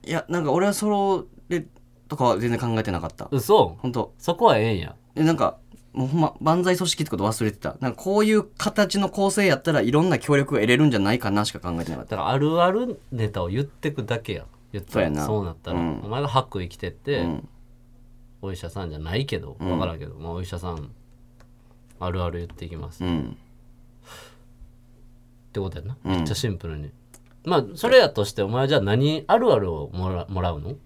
いやなんか俺はそれとかは全然考えてなかった嘘本当そこはええんやえなんかもうほんま万歳組織ってこと忘れてたなんかこういう形の構成やったらいろんな協力が得れるんじゃないかなしか考えてなかっただからあるあるネタを言ってくだけや言ったらそうやなそうなったら、うんお前が白衣着てって、うんお医者さんじゃないけどんわからんけど、まあ、お医者さんあるある言っていきます、うっんてことやな、うんめっちゃシンプルにまあそれやとしてお前はじゃあ何あるあるをもらもらうのい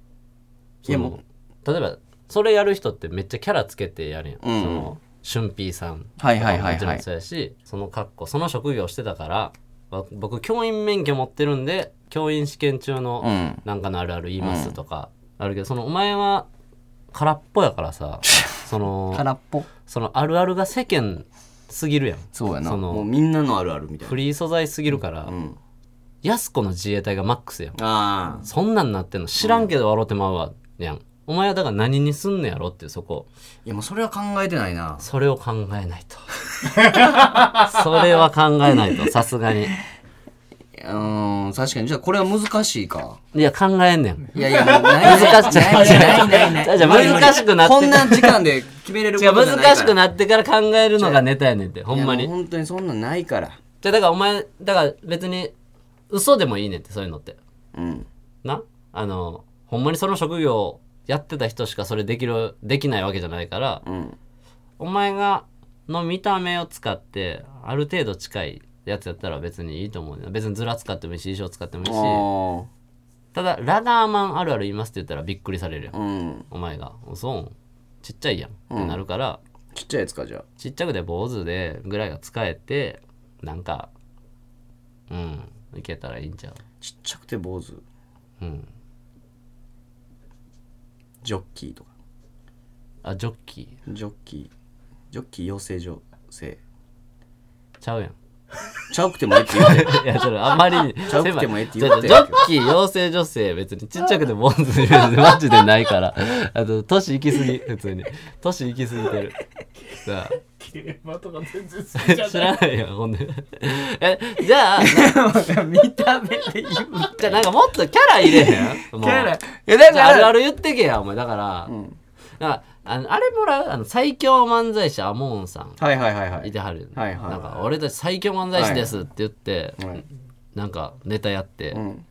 やもその例えばそれやる人ってめっちゃキャラつけてやるやん、うんその俊平さんはいはいはいはいもちろんそうやしその格好その職業してたからわ僕教員免許持ってるんで教員試験中のうんなんかのあるある言いますとかあるけど、そのお前は空っぽやからさその 空っぽそのあるあるが世間すぎるやんそうやなそのもうみんなのあるあるみたいフリー素材すぎるから、なうんやす子の自衛隊がマックスやんああそんなんなってんの知らんけど笑うてまうわやんお前はだから何にすんのやろっていうそこいやもうそれは考えてないなそれを考えない とそれは考えないとさすがにうーん確かにじゃあこれは難しいかいや考えんねん いやいやもうない難しくないないないないじゃあじゃあ難しくなってこんな時間で決めれるこ違うとじゃないか難らしくなってから考えるのがネタやねんってほんまいにやもう本当にそんなんないからじゃあだからお前だから別に嘘でもいいねんってそういうのってうんなあのほんまにその職業やってた人しかそれできるできないわけじゃないからうんお前がの見た目を使ってある程度近いやつやったら別にいいと思うねん別にズラ使ってもいいし衣装使ってもいいしあただラガーマンあるある言いますって言ったらびっくりされるやんあうんお前が「そうちっちゃいやん」ってなるから、ちっちゃいやつかじゃあちっちゃくて坊主でぐらいが使えてなんかうんいけたらいいんちゃうちっちゃくて坊主うんジョッキーとかあジョッキジョッキージョッキー養成所生ーちゃうやんちゃうくてもええって言う ていや、それあんまりに。ちゃうくて狭いもええって言ってちょっとジョッキー、養成女性、別にちっちゃくて ボンズでマジでないから。あと、年行き過ぎ、普通に。年行き過ぎてる。さあ、競馬とか全然好きじゃ知ならいないよ、ほんで。え、じゃ あ、見た目で言うじゃあなんかもっとキャラ入れへんキキャラいや、だやか。だかららあるある言ってけや、お前。だから、んなんかあのあれもらうあの、最強漫才師、アモーンさん。はいはいはいはいいてはるよね、はいはいはいなんか俺たち最強漫才師ですって言って、はいなんかネタやって、うん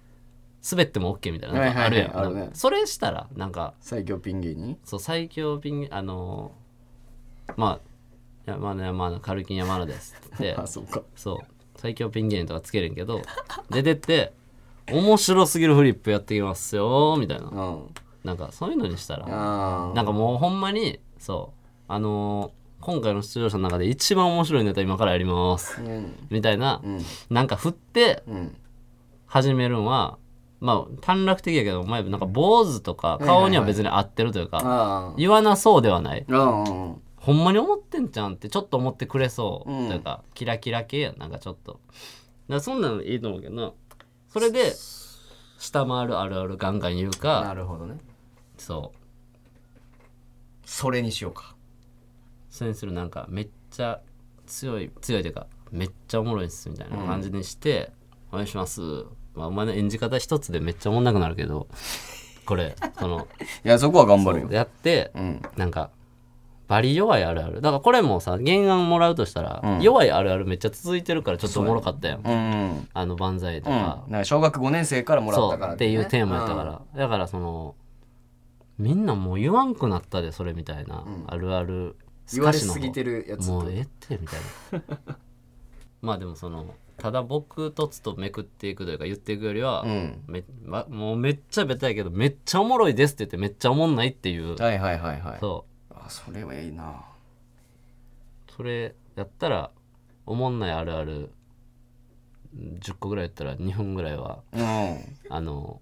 滑っても OK みたいなはないんはかいはいあるやん、あるねなんかそれしたらなんか最強ピン芸人そう最強ピンあのーまあ山の山の軽金山のですってあそうかそう最強ピン芸人とかつけるんけど出てって面白すぎるフリップやってきますよみたいなうんなんかそういうのにしたらあなんかもうほんまにそうあのー今回の出場者の中で一番面白いネタ今からやりますあうんみたいな、んなんか振ってうん始めるんはまあ短絡的やけどお前なんか坊主とか顔には別に合ってるというか、ああ言わなそうではないうんうんほんまに思ってんじゃんってちょっと思ってくれそう、うんというかキラキラ系やんなんかちょっとだからそんなのいいと思うけどなそれで下回るあるあるガンガン言うなかるほどねそうそれにしようかそれにするなんかめっちゃ強い強いというかめっちゃおもろいっすみたいな感じにして、お願いしますまあお前の演じ方一つでめっちゃおもんなくなるけどこれそのいやそこは頑張るよやって、うんなんかバリ弱いあるあるだからこれもさ原案もらうとしたら、うん弱いあるあるめっちゃ続いてるからちょっとおもろかったよ、うんあの万歳とうん、かな、んか小学5年生からもらっそたからうっていうテーマやったから、だからそのみんなもう言わんくなったでそれみたいな、んあるある言われすぎてるやつもうとええってみたいな まあでもそのただ僕とつとめくっていくというか言っていくよりは、うんめまもうめっちゃベタやけどめっちゃおもろいですって言ってめっちゃおもんないっていう、はいはいはいはいそあそれはいいなうそれやったらおもんないあるある10個ぐらいやったら2分ぐらいはうんあの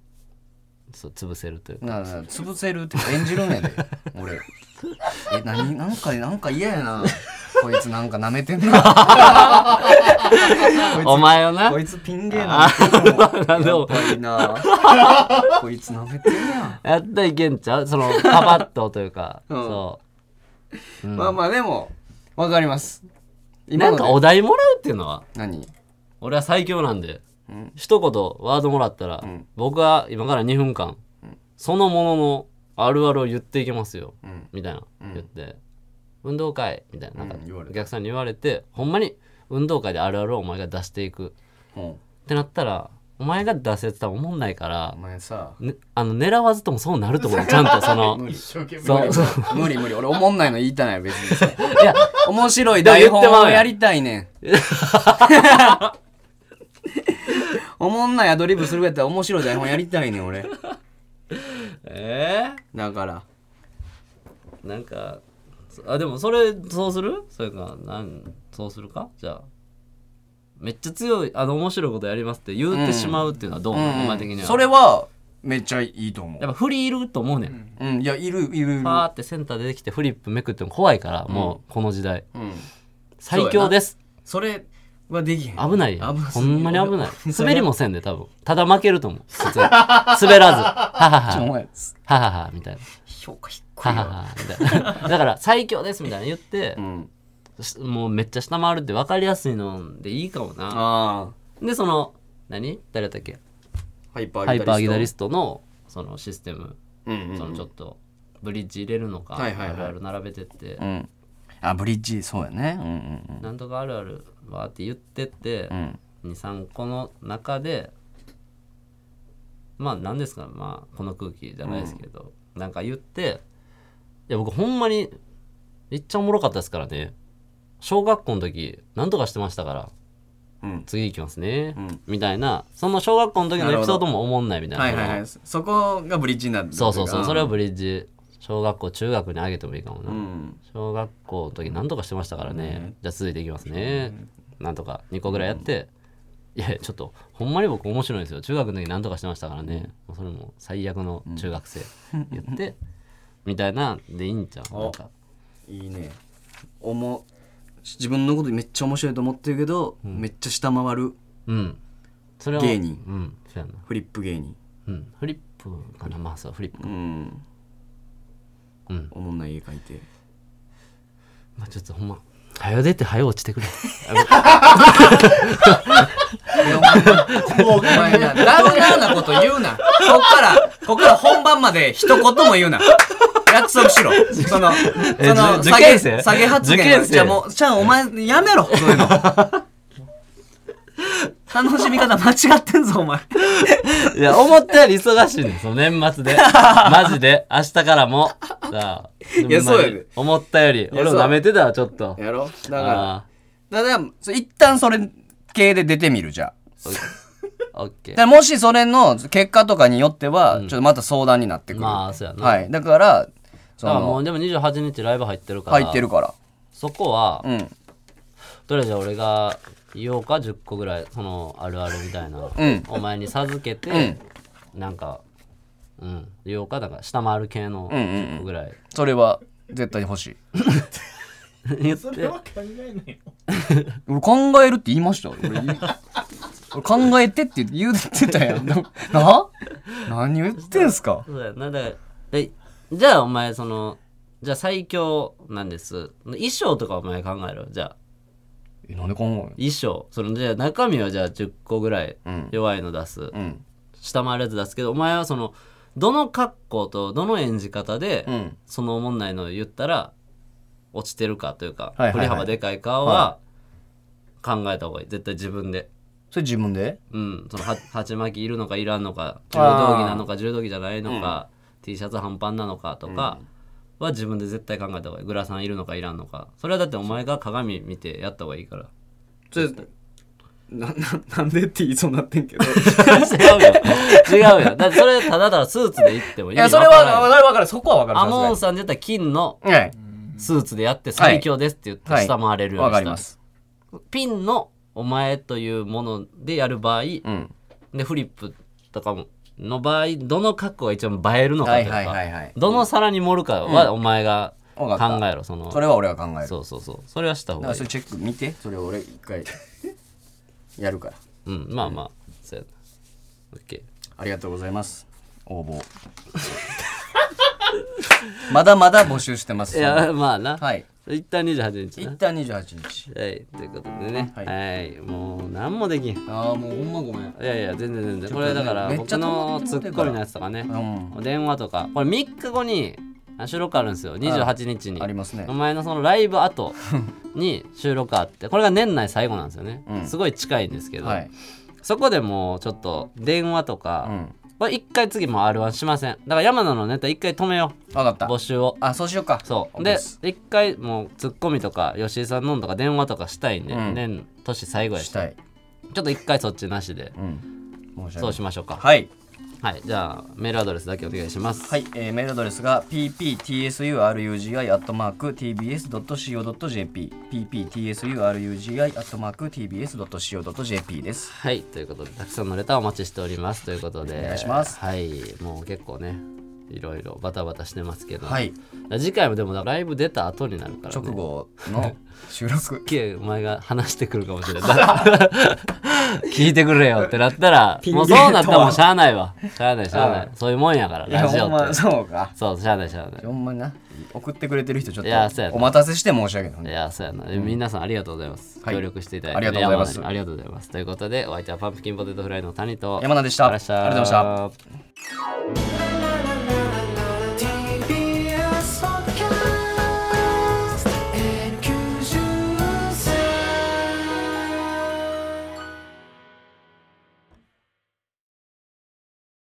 そう潰せるというかなあなあ潰せるっていうか演じる んやで俺え何なんかなんか嫌 やなこいつなんか舐めてんなお前よなこいつピン芸なんてなんでやもっぱりな こいつ舐めてんややったらいけんちゃうそのパパッとというか、 うんそうんんまあまあでもわかりますうなんかおお題もらうっていうのは何俺は最強なんで、うん一言ワードもらったら、ん僕は今から2分間、そのもののあるあるを言っていきますよ、んみたいな、言って運動会みたいななんかうん言われたお客さんに言われてほんまに運動会であるあるをお前が出していくうんってなったらお前が出せてたらおもんないからお、前さねあの狙わずともそうなると思うちゃんとその無理一生懸命そうそう無理無理俺おもんないの言いたない別にさ いや面白い台いや言ってま本うをやんやりたいねん おもんないアドリブするやったら面白い台本やりたいねん俺えだからー、なんかそあでもそれそうするそれかなんそうするかじゃあめっちゃ強いあの面白いことやりますって言うてしまうっていうのはどう、お前的にはそれはめっちゃいいと思やっぱ振りいると思うねん、ううんいやいるいるいるパーってセンター出てきてフリップめくっても怖いから、もうこの時代うん最強ですそれはできへん危ないよ危すほぎるんまに危ない 俺滑りもせんで多分ただ負けると思う普通に 滑らずははちょはお前はははみたいな評価低はいはよはみたいなだから最強ですみたいな言ってう、んしもうめっちゃ下回るって分かりやすいのでいいかもなあでその何誰だったっけあハイパハイパーーギギタタリリスストのそのシステム、トうんうんうんそのちょっとブリッジ入れるのか、はいはいはあいるある並べてって、うんあブリッジそうやねうんうんなんとかあるあるわーって言ってってう、ん23個の中でまあ何ですかまあこの空気じゃないですけど、なんか言っていや僕ほんまにめっちゃおもろかったですからね小学校の時何とかしてましたからうん次行きますね、んみたいなその小学校の時のエピソードもおもんないみたいなはいはいはいそこがブリッジになるそうそうそうそれははブリッジ小学校中学にあげてもいいかもな、うん小学校の時何とかしてましたからね、じゃあ続いていきますね、なんとか2個ぐらいやって、いやいやちょっとほんまに僕面白いんですよ中学の時何とかしてましたからね、もうそれも最悪の中学 生言って、みたいなんでいいんちゃうおなんかいいねおも自分のことめっちゃ面白いと思ってるけど、めっちゃ下回るうんそれは芸人うんそうやなフリップ芸人うんフリップかなまあそうフリップうん、うんおもんない絵描いてまあちょっとほんま早よ出て早よ落ちてくれお前なダウナーなこと言うなこっからこっから本番まで一言も言うな約束しろそのそのじゅ受下験げ生下げ発受験言生じゃあもうじゃあお前やめろそういうの楽しみ方間違ってんぞお前いや思ったより忙しいねんその年 末でマジで明日からもさあいやそうやで思ったよりや俺を舐めてたわちょっとやろだあだからそ一旦それ系で出てみるじゃああオッケだかーらもしそれの結果とかによっては、ちょっとまた相談になってくる、まあそうやな、はいだからそだからものうでも28日ライブ入ってるから入ってるからそこは、うんとりあえず俺が言おうか10個ぐらいそのあるあるみたいな、んお前に授けて、なんかうん言おうかなんか下回る系のんうんうん10個ぐらい、 それは絶対に欲しい言っそれては考えないよ俺考えるって言いました俺言う俺考えてって言ってた やんなな何言ってんすかそうやなだからでじゃあお前そのじゃあ最強なんです衣装とかお前考えろじゃあえなんで考える衣装そのじゃあ中身はじゃあ10個ぐらいん弱いの出す、うん下回るやつ出すけどお前はそのどの格好とどの演じ方で、うんそのおもんないのを言ったら落ちてるかというか、はいはいはい振り幅でかいかは考えた方がいい絶対自分で。それ自分でうん、その は鉢巻きいるのかいらんのか柔道着なのか柔道着じゃないのか、T シャツ半端なのかとかは自分で絶対考えた方がいいグラサンいるのかいらんのかそれはだってお前が鏡見てやった方がいいからそれなななんでって言いそうになってんけどい 違うよ違うよだってそれただただスーツで行ってもいいやそれは分かる分かるそこは分かアるモーンささんで言ったら金のすがにはいスーツでやって最強ですって言って下回れるようにした、分かりますピンのお前というものでやる場合、うんでフリップとかもの場合どの格好が一番映えるのかはといいうか、はいはいはいどの皿に盛るかはお前が考わかったえろそのそれは俺は考えるそうそうそうそれはした方だかがらいいそれチェック見てそれ俺一回やるからうんまあまあそうやな OK ありがとうございます応募 まだまだ募集してますいやまあな、はい一旦28日一な旦28日はいということでねは、はいいもう何もできんいああもうほんまごめんやいや全然全然ちょっとねこれだからめっ僕ちゃ溜まのってツもうてッるコからミのやつとかねう電話とかこれ3日後にあ収録あるんですよ28日にありますねお前のそのライブ 後に収録あってこれが年内最後なんですよね、うんすごい近いんですけど、はいそこでもうちょっと電話とか、うんこれ一回次も R1 しませんだから山名のネタ一回止めよ分かっうた募集をあそうしようかそうオッケーです一回もうツッコミとか吉井さんのんとか電話とかしたいんで、うん年年最後やししちたいょっと一回そっちなしでうん申し訳そなういしましょうかはいはいじゃあメールアドレスだけお願いしますはい、えーメールアドレスが pptsurugi.tbs.co.jp pptsurugi.tbs.co.jp です。はいということでたくさんのレターお待ちしておりますということでお願いしますはいもう結構ねいろいろバタバタしてますけど、はい、次回もでもライブ出た後になるから、ね、。直後の収録けお前が話してくるかもし れない聞いてくれよってなったらもうそうなったらもうしゃあないわしゃあないしゃあないそういうもんやからいや ラジオほんっまてそうか。そうしゃあないしゃあないほんまにな。送ってくれてる人ちょっいやそうやとなお待たせして申し訳ないい。やそうやな、皆さんありがとうございます、はい協力していただいてありがとうございます山名にありがとうございますということでお相手はパンプキンポテトフライの谷と山名でした。ありがとうございました。た